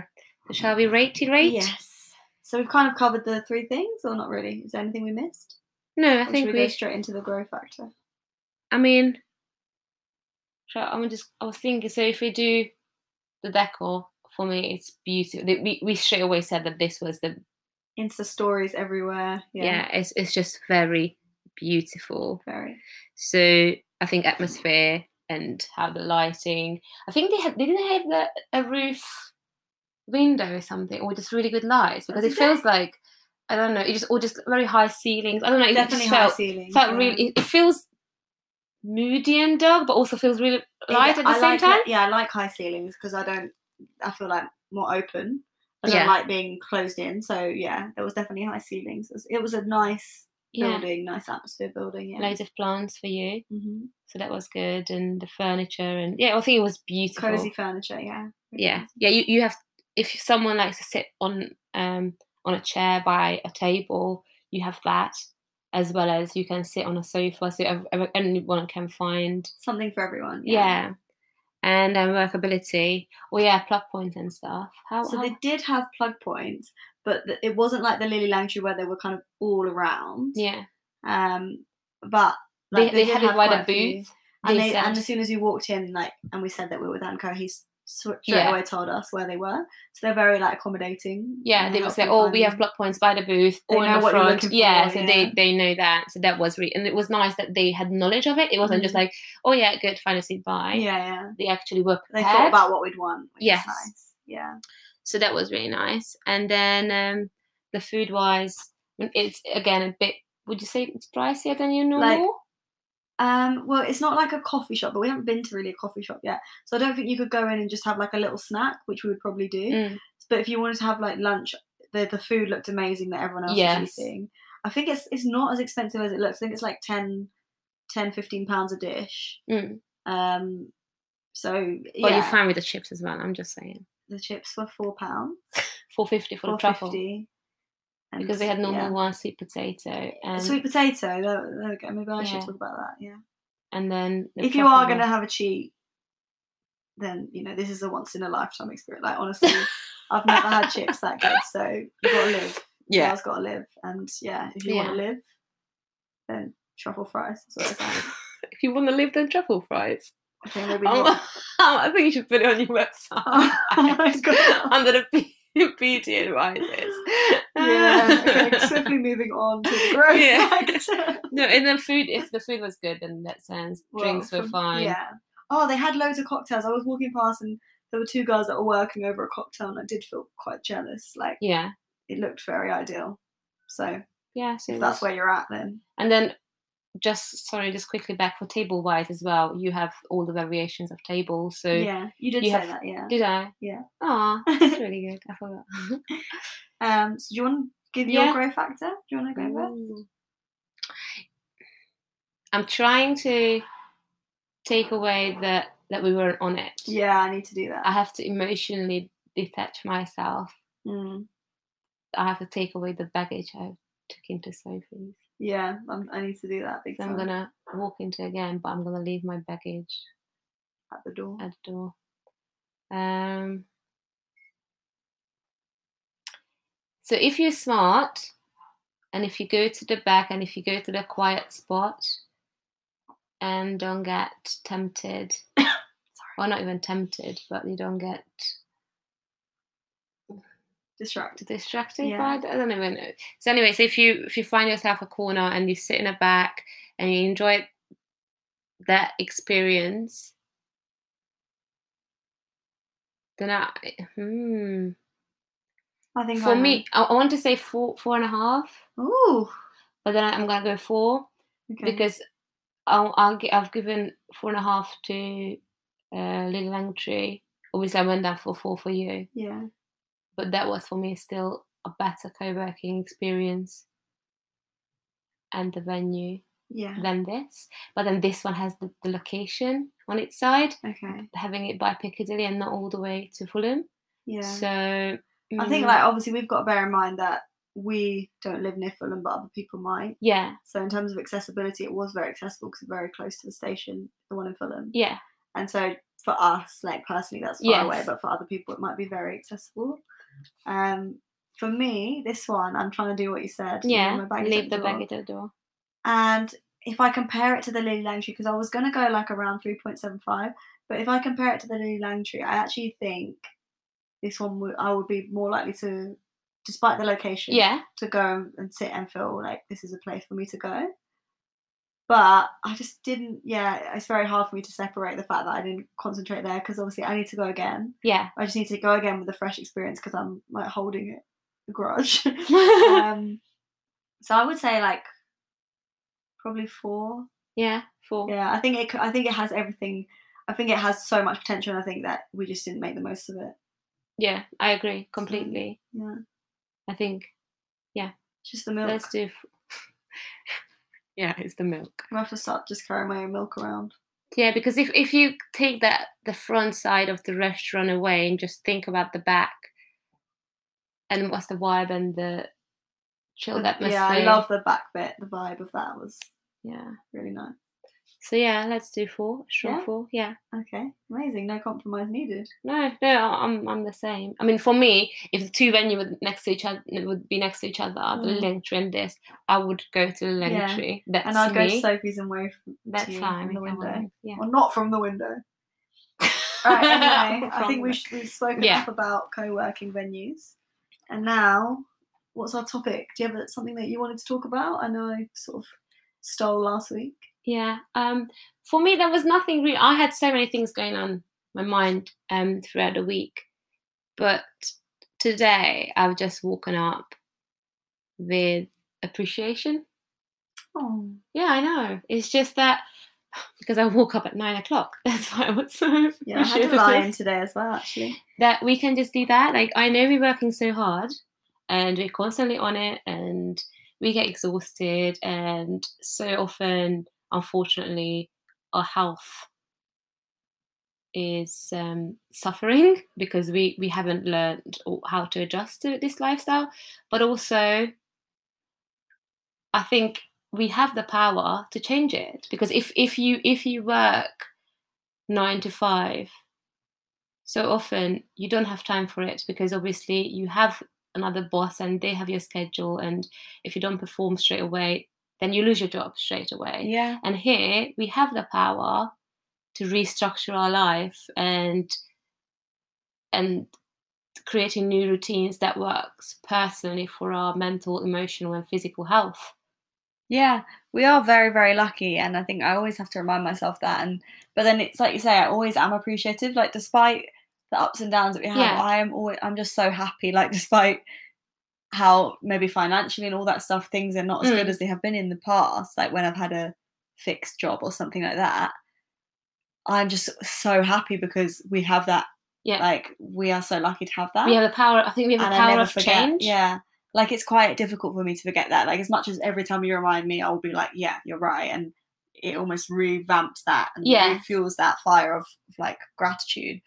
Speaker 2: So shall we rate to rate?
Speaker 1: yes. So we've kind of covered the three things, or not really? Is there anything we missed?
Speaker 2: No,
Speaker 1: Or
Speaker 2: I
Speaker 1: should
Speaker 2: think we.
Speaker 1: go straight into the growth factor.
Speaker 2: I mean, shall, I'm just. I was thinking. So if we do the decor for me, it's beautiful. Th- We we straight away said that this was the
Speaker 1: Insta stories everywhere.
Speaker 2: yeah.
Speaker 1: Yeah,
Speaker 2: it's it's just very beautiful.
Speaker 1: very.
Speaker 2: So I think atmosphere and how the lighting. I think they have. They didn't have the, a roof window or something, or just really good lights because it
Speaker 1: That's
Speaker 2: feels like I don't know. It just or just very high ceilings. I don't know. It
Speaker 1: Definitely
Speaker 2: just
Speaker 1: high
Speaker 2: felt
Speaker 1: ceilings.
Speaker 2: felt
Speaker 1: yeah.
Speaker 2: really. It, it feels moody and dark, but also feels really
Speaker 1: Yeah,
Speaker 2: light at the
Speaker 1: I
Speaker 2: same
Speaker 1: like-
Speaker 2: time.
Speaker 1: Yeah, I like high ceilings because I don't. I feel like more open. I don't
Speaker 2: Yeah.
Speaker 1: like being closed in. So yeah, there was definitely high ceilings. It was, it was a nice
Speaker 2: Yeah,
Speaker 1: building, nice atmosphere building. Yeah.
Speaker 2: loads of plants for you,
Speaker 1: hmm
Speaker 2: so that was good, and the furniture, and yeah, I think it was beautiful.
Speaker 1: Cozy furniture. Yeah. really
Speaker 2: Yeah,
Speaker 1: nice.
Speaker 2: yeah. You, you have if someone likes to sit on um on a chair by a table, you have that, as well as you can sit on a sofa, so ev- ev- anyone can find.
Speaker 1: Something for everyone.
Speaker 2: Yeah. And um, workability. Oh yeah, plug points and stuff. How,
Speaker 1: So
Speaker 2: how
Speaker 1: they did have plug points, but th- it wasn't like the Lily Langtry where they were kind of all around.
Speaker 2: yeah.
Speaker 1: Um, but
Speaker 2: They,
Speaker 1: like,
Speaker 2: they,
Speaker 1: did
Speaker 2: had it
Speaker 1: have
Speaker 2: by
Speaker 1: quite
Speaker 2: the
Speaker 1: a few.
Speaker 2: booth.
Speaker 1: And,
Speaker 2: They
Speaker 1: they, and
Speaker 2: said-
Speaker 1: as soon as we walked in, like, and we said that we were with Anko, he s- sw- straight
Speaker 2: Yeah.
Speaker 1: away told us where they were. So they're very like accommodating.
Speaker 2: Yeah,
Speaker 1: and
Speaker 2: they were
Speaker 1: helpful
Speaker 2: like, "Oh, we have
Speaker 1: finding-
Speaker 2: plug points by the booth
Speaker 1: They
Speaker 2: or in
Speaker 1: know
Speaker 2: the
Speaker 1: what you're
Speaker 2: front."
Speaker 1: looking
Speaker 2: yeah,
Speaker 1: for,
Speaker 2: so
Speaker 1: yeah.
Speaker 2: they they know that. So that was re- and it was nice that they had knowledge of it. It wasn't just
Speaker 1: Mhm.
Speaker 2: like, "Oh yeah, good, find a seat by."
Speaker 1: Yeah, yeah.
Speaker 2: They actually were
Speaker 1: They
Speaker 2: prepared.
Speaker 1: thought about what we'd want. Which
Speaker 2: Yes.
Speaker 1: Is nice. Yeah.
Speaker 2: so that was really nice. And then um, the food wise, it's again a bit. Would you say it's pricier than your normal?
Speaker 1: Like- Um, well, it's not like a coffee shop, but we haven't been to really a coffee shop yet. So I don't think you could go in and just have like a little snack, which we would probably do.
Speaker 2: Mm.
Speaker 1: But if you wanted to have like lunch, the the food looked amazing that everyone else was
Speaker 2: Yes.
Speaker 1: eating. I think it's it's not as expensive as it looks. I think it's like 10, 10 15 pounds a dish.
Speaker 2: Mm.
Speaker 1: Um, so yeah,
Speaker 2: Well, you're fine with the chips as well. I'm just saying,
Speaker 1: the chips were four pounds,
Speaker 2: four fifty for the
Speaker 1: four
Speaker 2: truffle
Speaker 1: fifty,
Speaker 2: because they had normal one sweet potato and
Speaker 1: sweet potato. There, there we go. Maybe I should
Speaker 2: Yeah.
Speaker 1: talk about that. Yeah.
Speaker 2: and then the
Speaker 1: if you are
Speaker 2: truffle
Speaker 1: going to
Speaker 2: one.
Speaker 1: have a cheat, then you know this is a once in a lifetime experience. Like honestly, I've never had chips that good, so you gotta live.
Speaker 2: yeah.
Speaker 1: has gotta live, and yeah, if you want to live, then truffle fries. Is what I say.
Speaker 2: if you want to live, then truffle fries.
Speaker 1: I think maybe
Speaker 2: Um,
Speaker 1: not.
Speaker 2: I think you should put it on your website
Speaker 1: Oh my God.
Speaker 2: under the be- beauty advisors.
Speaker 1: yeah. Okay, swiftly moving on to the growth
Speaker 2: Yeah.
Speaker 1: factor.
Speaker 2: no, and then food. If the food was good, then in that sense,
Speaker 1: Well,
Speaker 2: drinks were
Speaker 1: from-
Speaker 2: fine.
Speaker 1: Yeah. Oh, they had loads of cocktails. I was walking past and there were two girls that were working over a cocktail, and I did feel quite jealous. Like
Speaker 2: yeah,
Speaker 1: it looked very ideal. So
Speaker 2: yeah. So
Speaker 1: if
Speaker 2: it
Speaker 1: that's
Speaker 2: was-
Speaker 1: where you're at, then
Speaker 2: And then, just sorry, just quickly back for table wise as well. You have all the variations of tables. So
Speaker 1: yeah, you did
Speaker 2: you
Speaker 1: say
Speaker 2: have-
Speaker 1: that. Yeah.
Speaker 2: did I?
Speaker 1: Yeah.
Speaker 2: Oh, that's really good. I forgot.
Speaker 1: Um. So do you want to give your
Speaker 2: Yeah. Mm.
Speaker 1: growth factor? Do you want to go over?
Speaker 2: Ooh. I'm trying to take away that that we weren't on it.
Speaker 1: Yeah, I need to do
Speaker 2: I
Speaker 1: that.
Speaker 2: have to emotionally detach myself.
Speaker 1: Mm,
Speaker 2: I have to take away the baggage I took into Sophie's.
Speaker 1: yeah, I'm, I need to do that big
Speaker 2: So I'm
Speaker 1: time
Speaker 2: gonna walk into again, but I'm gonna leave my baggage
Speaker 1: at the door.
Speaker 2: at the door. Um, so if you're smart, and if you go to the back, and if you go to the quiet spot, and don't get tempted, well, not even tempted, but you don't get
Speaker 1: Distracted.
Speaker 2: distracted
Speaker 1: Yeah.
Speaker 2: by it. I don't even know. So anyway, so if you if you find yourself a corner and you sit in a back and you enjoy that experience, then I hmm.
Speaker 1: I think
Speaker 2: for
Speaker 1: I
Speaker 2: me I, I want to say four four and a half,
Speaker 1: Am. Ooh.
Speaker 2: but then I, am gonna go four
Speaker 1: Okay.
Speaker 2: because I'll, I'll gi- I've given four and a half to uh, Little Langtree. Obviously, I went down for four for you,
Speaker 1: yeah.
Speaker 2: but that was for me still a better co-working experience and the venue
Speaker 1: Yeah.
Speaker 2: than this. But then this one has the, the location on its side,
Speaker 1: Okay.
Speaker 2: having it by Piccadilly and not all the way to Fulham.
Speaker 1: Yeah.
Speaker 2: So
Speaker 1: I think
Speaker 2: mm,
Speaker 1: like obviously we've got to bear in mind that we don't live near Fulham, but other people might.
Speaker 2: mm, yeah,
Speaker 1: So in terms of accessibility, it was very accessible because it's very close to the station, the one in Fulham.
Speaker 2: yeah,
Speaker 1: And so for us, like personally, that's far away,
Speaker 2: Yes.
Speaker 1: but for other people, it might be very accessible. Um, for me, this one, I'm trying to do what you said. leave
Speaker 2: yeah.
Speaker 1: my baggage at
Speaker 2: Leave the
Speaker 1: door.
Speaker 2: baggage at the door.
Speaker 1: And if I compare it to the Lily Langtry, because I was going to go like around 3.75, but if I compare it to the Lily Langtry, I actually think this one would, I would be more likely to, despite the location,
Speaker 2: Yeah,
Speaker 1: to go and- and sit and feel like this is a place for me to go. But I just didn't, yeah, it's very hard for me to separate the fact that I didn't concentrate there because obviously I need to go again.
Speaker 2: yeah,
Speaker 1: I just need to go again with a fresh experience because I'm like holding it, a grudge. um, so I would say like probably four.
Speaker 2: yeah. Four.
Speaker 1: Yeah, I think it. c- I think it has everything. I think it has so much potential, and I think that we just didn't make the most of it.
Speaker 2: Yeah, I agree completely.
Speaker 1: Yeah,
Speaker 2: I think
Speaker 1: it's just the milk.
Speaker 2: let's do. F- yeah, it's the milk.
Speaker 1: I'm gonna have to start just carrying my own milk around.
Speaker 2: Yeah, because if if you take that the front side of the restaurant away and just think about the back, and what's the vibe and the chilled atmosphere.
Speaker 1: Mm, yeah, I love the back bit. The vibe of that was
Speaker 2: Yeah.
Speaker 1: really nice.
Speaker 2: So yeah, let's do four. Sure,
Speaker 1: Yeah?
Speaker 2: four. Yeah.
Speaker 1: Okay, amazing. No compromise needed.
Speaker 2: No, no, I- I'm I'm the same. I mean, for me, if the two venues were next to each other, would be next to each other, the
Speaker 1: Mm.
Speaker 2: Langtry and this, I would go to the Langtry. That's
Speaker 1: and I'd go to
Speaker 2: me.
Speaker 1: Sophie's and wave. from-
Speaker 2: That's
Speaker 1: you
Speaker 2: fine.
Speaker 1: from the
Speaker 2: we can
Speaker 1: window.
Speaker 2: wave, Yeah.
Speaker 1: Well, not from the window. Right, anyway, I
Speaker 2: From
Speaker 1: think we
Speaker 2: the-
Speaker 1: should, we've spoken
Speaker 2: Yeah.
Speaker 1: enough about co-working venues. And now, what's our topic? Do you have something that you wanted to talk about? I know I sort of stole last week.
Speaker 2: Yeah. Um, for me, there was nothing really. I had so many things going on in my mind um, throughout the week, but today I've just woken up with appreciation.
Speaker 1: Oh,
Speaker 2: Yeah, I know. It's just that because I woke up at nine o'clock. That's why I was so
Speaker 1: yeah, I had a lion
Speaker 2: appreciative
Speaker 1: today as well, actually.
Speaker 2: that we can just do that. Like I know we're working so hard and we're constantly on it and we get exhausted and so often unfortunately our health is um, suffering because we we haven't learned or- how to adjust to this lifestyle but also i think we have the power to change it because if if you if you work 9 to 5 so often you don't have time for it because obviously you have another boss and they have your schedule and if you don't perform straight away then you lose your job straight away
Speaker 1: Yeah.
Speaker 2: and here we have the power to restructure our life and and creating new routines that works personally for our mental, emotional and physical health.
Speaker 1: Yeah, we are very, very lucky, and I think I always have to remind myself that. And but then it's like you say, I always am appreciative. Like despite the ups and downs that we have,
Speaker 2: Yeah.
Speaker 1: I am always I'm just so happy. Like despite how maybe financially and all that stuff, things are not as good
Speaker 2: Mm.
Speaker 1: as they have been in the past. Like when I've had a fixed job or something like that, I'm just so happy because we have that.
Speaker 2: Yeah.
Speaker 1: like we are so lucky to have that
Speaker 2: We have the power I think we have
Speaker 1: and
Speaker 2: the
Speaker 1: I
Speaker 2: power
Speaker 1: never
Speaker 2: of
Speaker 1: forget.
Speaker 2: change.
Speaker 1: Yeah. Like it's quite difficult for me to forget that. Like as much as every time you remind me, I'll be like, yeah, you're right, and it almost revamps that and
Speaker 2: Yeah.
Speaker 1: refuels that fire of, of, like gratitude.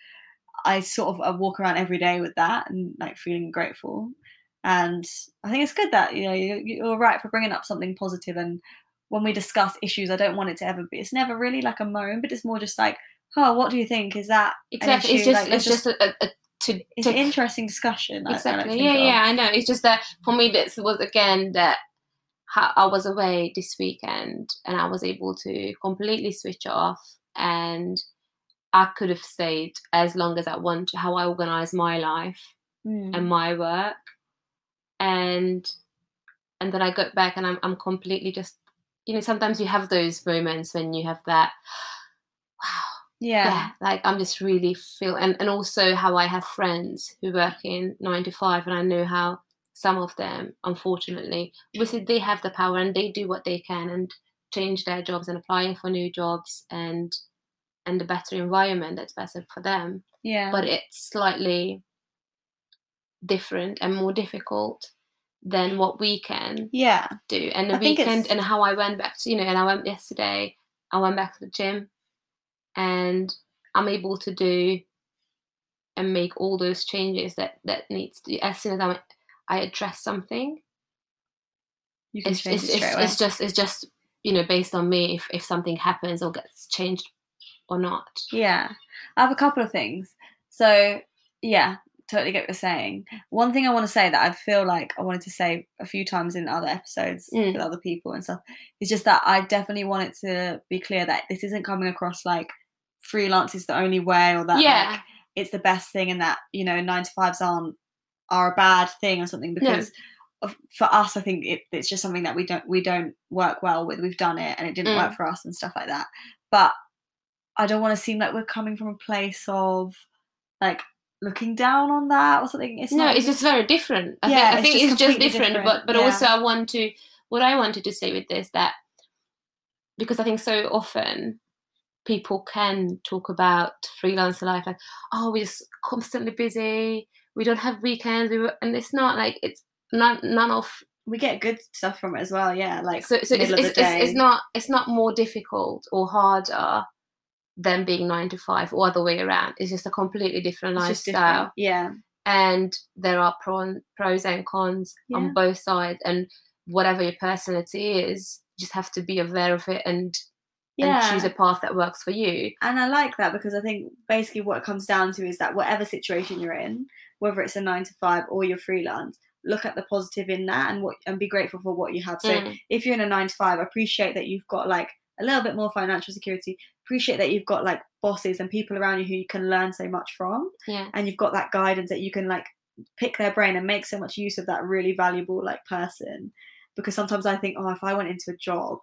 Speaker 1: I sort of I walk around every day with that and like feeling grateful. And I think it's good that you know you, you're right for bringing up something positive. And when we discuss issues, I don't want it to ever be. It's never really like a moan, but it's more just like, oh, what do you think? Is that
Speaker 2: Exactly. It's
Speaker 1: issue,
Speaker 2: just
Speaker 1: like,
Speaker 2: it's
Speaker 1: it's
Speaker 2: just a, a, a to,
Speaker 1: it's an
Speaker 2: to
Speaker 1: interesting discussion? I- I like to
Speaker 2: exactly
Speaker 1: think
Speaker 2: yeah
Speaker 1: of.
Speaker 2: yeah i know it's just that for me this was again that how i was away this weekend and i was able to completely switch off and i could have stayed as long as i want to how i organize my life
Speaker 1: Mm.
Speaker 2: and my work and and then i got back and i'm, I'm completely just you know sometimes you have those moments when you have that wow
Speaker 1: Yeah.
Speaker 2: yeah like i'm just really feel and, and also how i have friends who work in nine to five and i know how some of them unfortunately obviously they have the power and they do what they can and change their jobs and applying for new jobs and and a better environment that's better for them
Speaker 1: Yeah.
Speaker 2: but it's slightly different and more difficult than what we can
Speaker 1: Yeah.
Speaker 2: do. And the
Speaker 1: I think
Speaker 2: weekend
Speaker 1: it's-
Speaker 2: and how I went back to, you know, and I went yesterday, I went back to the gym and I'm able to do and make all those changes that that needs to as soon as I'm, I address something.
Speaker 1: You can
Speaker 2: It's,
Speaker 1: change
Speaker 2: it's,
Speaker 1: it straight
Speaker 2: it's,
Speaker 1: away.
Speaker 2: it's just it's just you know based on me if, if something happens or gets changed or not.
Speaker 1: Yeah. I have a couple of things. So, yeah, totally get what you're saying. One thing I want to say that I feel like I wanted to say a few times in other episodes
Speaker 2: Mm.
Speaker 1: with other people and stuff is just that I definitely want it to be clear that this isn't coming across like freelance is the only way or that like,
Speaker 2: yeah.
Speaker 1: it's the best thing and that, you know, nine to fives aren't are a bad thing or something because of- for us i think it, it's just something that we don't we don't work well with we've done it and it didn't
Speaker 2: Mm.
Speaker 1: work for us and stuff like that but I don't want to seem like we're coming from a place of like looking down on that or something. It's
Speaker 2: no,
Speaker 1: not,
Speaker 2: it's just very different. I
Speaker 1: Yeah, it's
Speaker 2: think, I think
Speaker 1: just
Speaker 2: it's just
Speaker 1: completely
Speaker 2: different,
Speaker 1: different,
Speaker 2: But but
Speaker 1: yeah.
Speaker 2: also I want to what I wanted to say with this that because I think so often people can talk about freelancer life like oh we're just constantly busy we don't have weekends we were, and it's not like it's none none of
Speaker 1: we get good stuff from it as well. Yeah, like
Speaker 2: so, so it's,
Speaker 1: middle of
Speaker 2: it's,
Speaker 1: the
Speaker 2: it's, it's
Speaker 1: day.
Speaker 2: not it's not more difficult or harder than being nine to five or other way around it's just a completely different
Speaker 1: it's just different.
Speaker 2: lifestyle
Speaker 1: Yeah,
Speaker 2: and there are pro- pros and cons
Speaker 1: Yeah.
Speaker 2: on both sides and whatever your personality is you just have to be aware of it and,
Speaker 1: yeah.
Speaker 2: and choose a path that works for you
Speaker 1: And I like that because I think basically what it comes down to is that whatever situation you're in, whether it's a nine to five or you're freelance, look at the positive in that and what and be grateful for what you have. So
Speaker 2: Mm.
Speaker 1: if you're in a nine to five, appreciate that you've got like a little bit more financial security. Appreciate that you've got like bosses and people around you who you can learn so much from.
Speaker 2: yeah
Speaker 1: and you've got that guidance that you can like pick their brain and make so much use of that really valuable like person because sometimes i think oh if i went into a job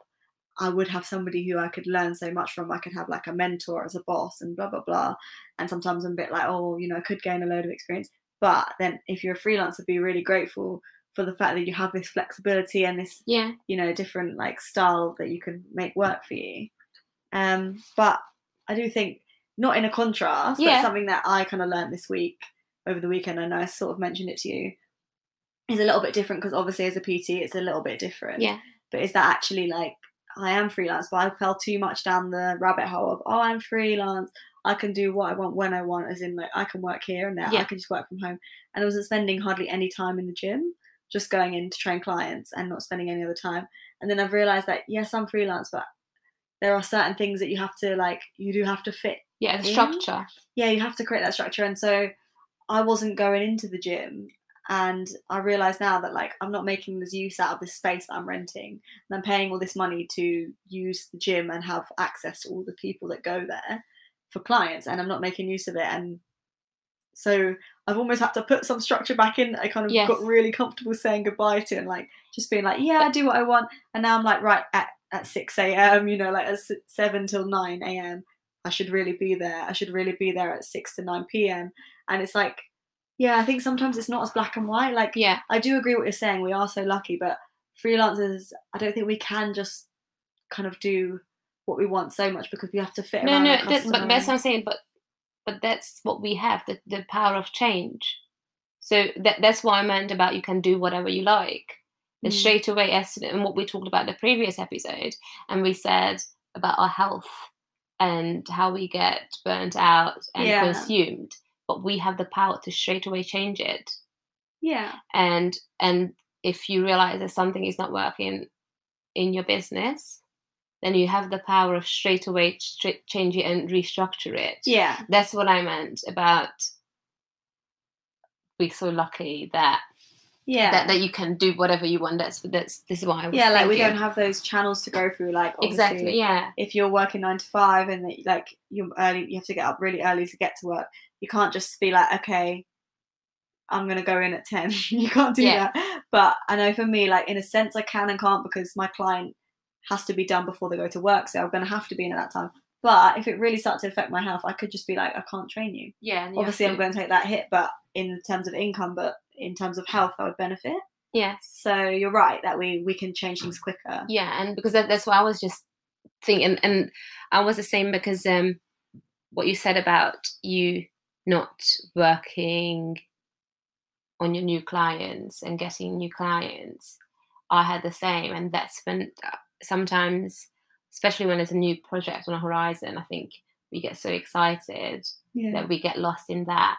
Speaker 1: i would have somebody who i could learn so much from i could have like a mentor as a boss and blah blah blah and sometimes i'm a bit like oh you know i could gain a load of experience but then if you're a freelancer be really grateful for the fact that you have this flexibility and this
Speaker 2: yeah
Speaker 1: you know different like style that you can make work for you um but i do think not in a contrast
Speaker 2: Yeah.
Speaker 1: but something that i kind of learned this week over the weekend and i sort of mentioned it to you is a little bit different because obviously as a pt it's a little bit different
Speaker 2: Yeah.
Speaker 1: but is that actually like i am freelance but i fell too much down the rabbit hole of oh i'm freelance i can do what i want when i want as in like i can work here and there i
Speaker 2: Yeah.
Speaker 1: can just work from home and i wasn't spending hardly any time in the gym just going in to train clients and not spending any other time and then i've realized that yes i'm freelance but there are certain things that you have to like you do have to fit
Speaker 2: yeah the
Speaker 1: Yeah.
Speaker 2: structure
Speaker 1: yeah you have to create that structure and so i wasn't going into the gym and i realize now that like i'm not making this use out of this space that i'm renting and i'm paying all this money to use the gym and have access to all the people that go there for clients and i'm not making use of it and so i've almost had to put some structure back in that i kind of
Speaker 2: Yes.
Speaker 1: got really comfortable saying goodbye to and like just being like yeah i do what i want and now i'm like right at, at 6 a.m you know like at s- 7 till 9 a.m i should really be there i should really be there at 6 to 9 p.m and it's like yeah i think sometimes it's not as black and white like
Speaker 2: yeah
Speaker 1: I do agree what you're saying. We are so lucky, but freelancers, I don't think we can just kind of do what we want so much because we have to fit
Speaker 2: no
Speaker 1: around.
Speaker 2: no
Speaker 1: the
Speaker 2: that's, but
Speaker 1: customer
Speaker 2: that's what
Speaker 1: and-
Speaker 2: i'm saying but but that's what we have the, the power of change so that that's what i meant about you can do whatever you like the
Speaker 1: Mm.
Speaker 2: straight away as and what we talked about in the previous episode and we said about our health and how we get burnt out and
Speaker 1: Yeah.
Speaker 2: consumed but we have the power to straight away change it
Speaker 1: yeah,
Speaker 2: and and if you realize that something is not working in your business then you have the power of straight away ch- change it and restructure it
Speaker 1: yeah,
Speaker 2: that's what i meant about we're so lucky that
Speaker 1: yeah,
Speaker 2: that, that you can do whatever you want. That's that's this is why I was
Speaker 1: yeah. Like we don't
Speaker 2: thinking.
Speaker 1: have those channels to go through. Like obviously,
Speaker 2: exactly yeah
Speaker 1: If you're working nine to five and that, like you're early, you have to get up really early to get to work. You can't just be like, okay, I'm gonna go in at ten. you can't do
Speaker 2: Yeah.
Speaker 1: that. But I know for me, like in a sense, I can and can't because my client has to be done before they go to work, so I'm gonna have to be in at that time. But if it really starts to affect my health, I could just be like, I can't train you.
Speaker 2: yeah and you have
Speaker 1: Obviously, I'm
Speaker 2: to-
Speaker 1: going to take that hit, but in terms of income, but in terms of health, I would benefit.
Speaker 2: yes
Speaker 1: So you're right that we we can change things quicker.
Speaker 2: yeah and because that, that's what I was just thinking and I was the same because um what you said about you not working on your new clients and getting new clients, I had the same. And that's when sometimes, especially when there's a new project on a horizon, I think we get so excited
Speaker 1: Yeah.
Speaker 2: that we get lost in that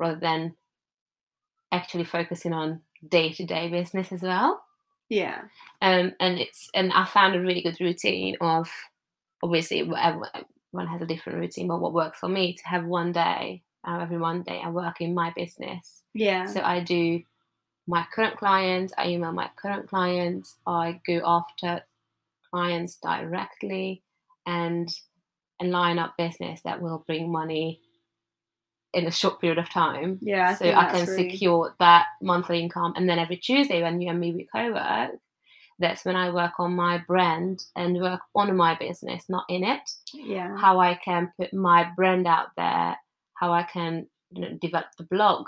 Speaker 2: rather than actually focusing on day to day business as well
Speaker 1: Yeah.
Speaker 2: um, and it's and I found a really good routine of obviously wh- ev- everyone has a different routine, but what works for me to have one day uh, every Monday I work in my business.
Speaker 1: Yeah.
Speaker 2: So I do my current clients, I email my current clients, I go after clients directly, and and line up business that will bring money in a short period of time
Speaker 1: yeah. I
Speaker 2: so
Speaker 1: think
Speaker 2: I can
Speaker 1: that's really-
Speaker 2: secure that monthly income. And then every Tuesday, when you and me we co-work, that's when I work on my brand and work on my business, not in it.
Speaker 1: Yeah.
Speaker 2: How I can put my brand out there, how I can you know, develop the blog,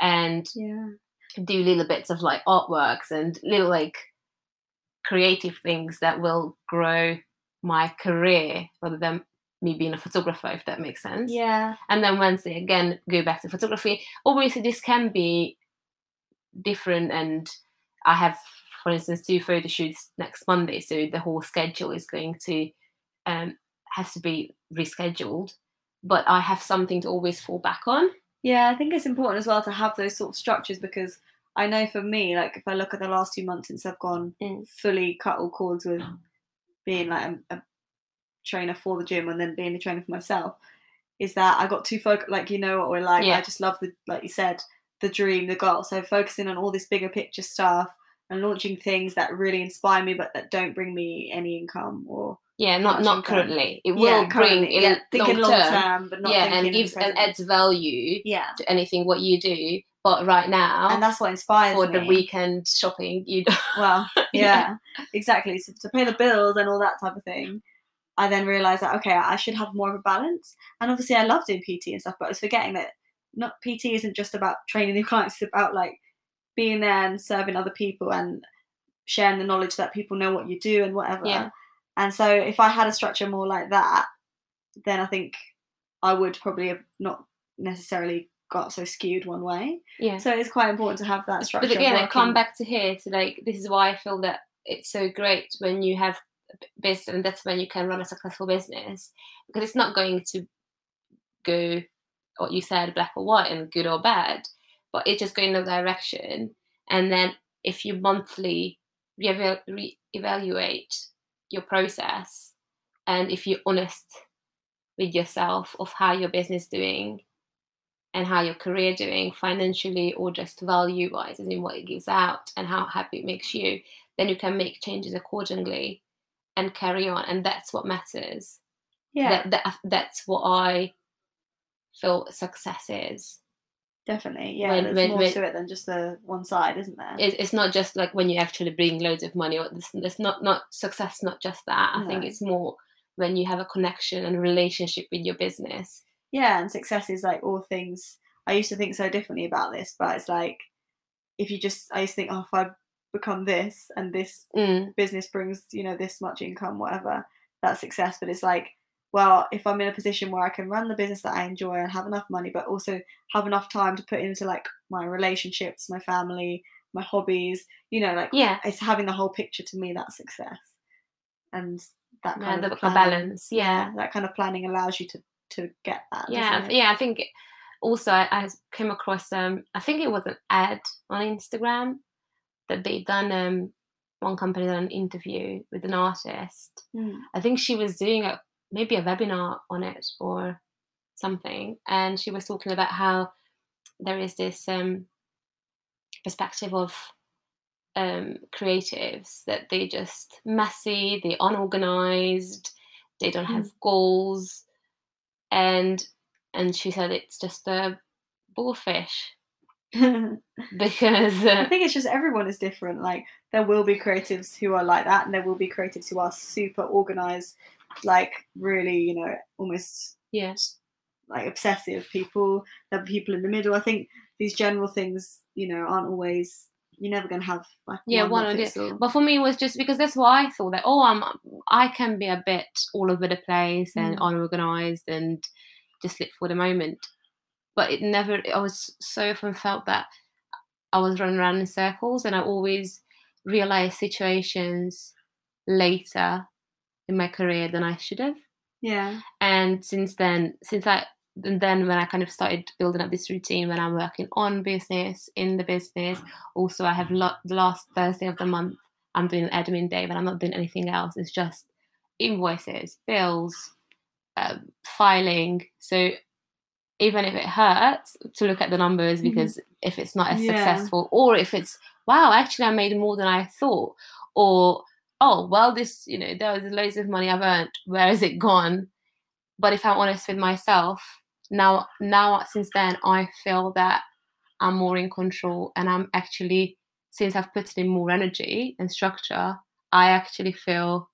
Speaker 2: and
Speaker 1: Yeah.
Speaker 2: do little bits of like artworks and little like creative things that will grow my career rather than me being a photographer if that makes sense
Speaker 1: Yeah.
Speaker 2: and then Wednesday again go back to photography. Obviously, this can be different, and I have, for instance, two photo shoots next Monday, so the whole schedule is going to um, have to be rescheduled. But I have something to always fall back on.
Speaker 1: Yeah, I think it's important as well to have those sort of structures because I know for me, like if I look at the last two months since I've gone
Speaker 2: Mm.
Speaker 1: fully cut all cords with being like a, a trainer for the gym and then being a trainer for myself, is that I got too focused. Like you know what we're like.
Speaker 2: Yeah.
Speaker 1: I just love the like you said the dream, the goal. So focusing on all this bigger picture stuff and launching things that really inspire me, but that don't bring me any income or
Speaker 2: Yeah, not
Speaker 1: Much
Speaker 2: not
Speaker 1: of that.
Speaker 2: currently.
Speaker 1: Yeah,
Speaker 2: It will bring
Speaker 1: currently,
Speaker 2: in
Speaker 1: yeah, thinking long term, but not
Speaker 2: yeah,
Speaker 1: thinking
Speaker 2: and
Speaker 1: in the
Speaker 2: gives and
Speaker 1: present.
Speaker 2: adds value
Speaker 1: yeah,
Speaker 2: to anything what you do. But right now,
Speaker 1: and that's what inspires
Speaker 2: for
Speaker 1: me.
Speaker 2: the weekend shopping, you don't.
Speaker 1: Well, yeah,
Speaker 2: Yeah.
Speaker 1: exactly. So to pay the bills and all that type of thing, I then realised that okay, I should have more of a balance. And obviously, I love doing PT and stuff, but I was forgetting that not PT isn't just about training new clients; it's about like being there and serving other people and sharing the knowledge that people know what you do and whatever.
Speaker 2: Yeah.
Speaker 1: And so, if I had a structure more like that, then I think I would probably have not necessarily got so skewed one way.
Speaker 2: Yeah.
Speaker 1: So it's quite important to have that structure.
Speaker 2: But
Speaker 1: of
Speaker 2: again, I come
Speaker 1: working.
Speaker 2: back to here to like this is why I feel that it's so great when you have a b- business, and that's when you can run a successful business because it's not going to go what you said black or white and good or bad, but it's just going in a direction. And then if you monthly reeval- re-evaluate your process, and if you're honest with yourself of how your business doing and how your career doing financially or just value wise as in what it gives out and how happy it makes you then you can make changes accordingly and carry on and that's what matters
Speaker 1: Yeah.
Speaker 2: that, that that's what i feel success is
Speaker 1: Definitely, yeah.
Speaker 2: When-
Speaker 1: there's
Speaker 2: when-
Speaker 1: more
Speaker 2: when-
Speaker 1: to it than just the one side, isn't there?
Speaker 2: it, it's not just like when you actually bring loads of money or this, this not not success not just that i think
Speaker 1: No.
Speaker 2: it's more when you have a connection and relationship with your business
Speaker 1: yeah, and success is like all things. I used to think so differently about this, but it's like if you just, I used to think, oh, if I become this and this
Speaker 2: Mm,
Speaker 1: business brings, you know, this much income, whatever, that's success. But it's like, well, if I'm in a position where I can run the business that I enjoy and have enough money, but also have enough time to put into like my relationships, my family, my hobbies, you know, like
Speaker 2: yeah
Speaker 1: it's having the whole picture to me that's success and that
Speaker 2: yeah
Speaker 1: kind
Speaker 2: the,
Speaker 1: of
Speaker 2: the
Speaker 1: planning,
Speaker 2: balance yeah
Speaker 1: that kind of planning allows you to to get that
Speaker 2: yeah
Speaker 1: doesn't it?
Speaker 2: yeah i think also I, I came across um i think it was an ad on instagram that they done um one company done an interview with an artist
Speaker 1: Mm.
Speaker 2: i think she was doing a maybe a webinar on it or something and she was talking about how there is this um perspective of um creatives that they just messy they unorganized they don't have goals and and she said it's just a bullfish because
Speaker 1: Hmm. i
Speaker 2: uh,
Speaker 1: think it's just everyone is different like there will be creatives who are like that and there will be creatives who are super organized like really you know almost
Speaker 2: yeah
Speaker 1: like obsessive people there are people in the middle i think these general things you know aren't always you're never going to have like
Speaker 2: Yeah,
Speaker 1: one,
Speaker 2: one
Speaker 1: that
Speaker 2: idea.
Speaker 1: fits all.
Speaker 2: but for me it was just because that's why i thought that oh i'm i can be a bit all over the place and unorganized and just live for the moment but it never i was so often felt that I was running around in circles, and I always realized situations later in my career than I should have.
Speaker 1: Yeah.
Speaker 2: And since then, since I and then when I kind of started building up this routine when I'm working on business, in the business, also I have lo- the last Thursday of the month I'm doing an admin day, but I'm not doing anything else. It's just invoices, bills, um, filing. So even if it hurts to look at the numbers,
Speaker 1: Mhm.
Speaker 2: because if it's not as
Speaker 1: Yeah.
Speaker 2: successful, or if it's wow, actually I made more than I thought, or oh well, this you know there was loads of money I've earned. Where is it gone? But if I'm honest with myself, now now since then I feel that I'm more in control, and I'm actually since I've put in more energy and structure, I actually feel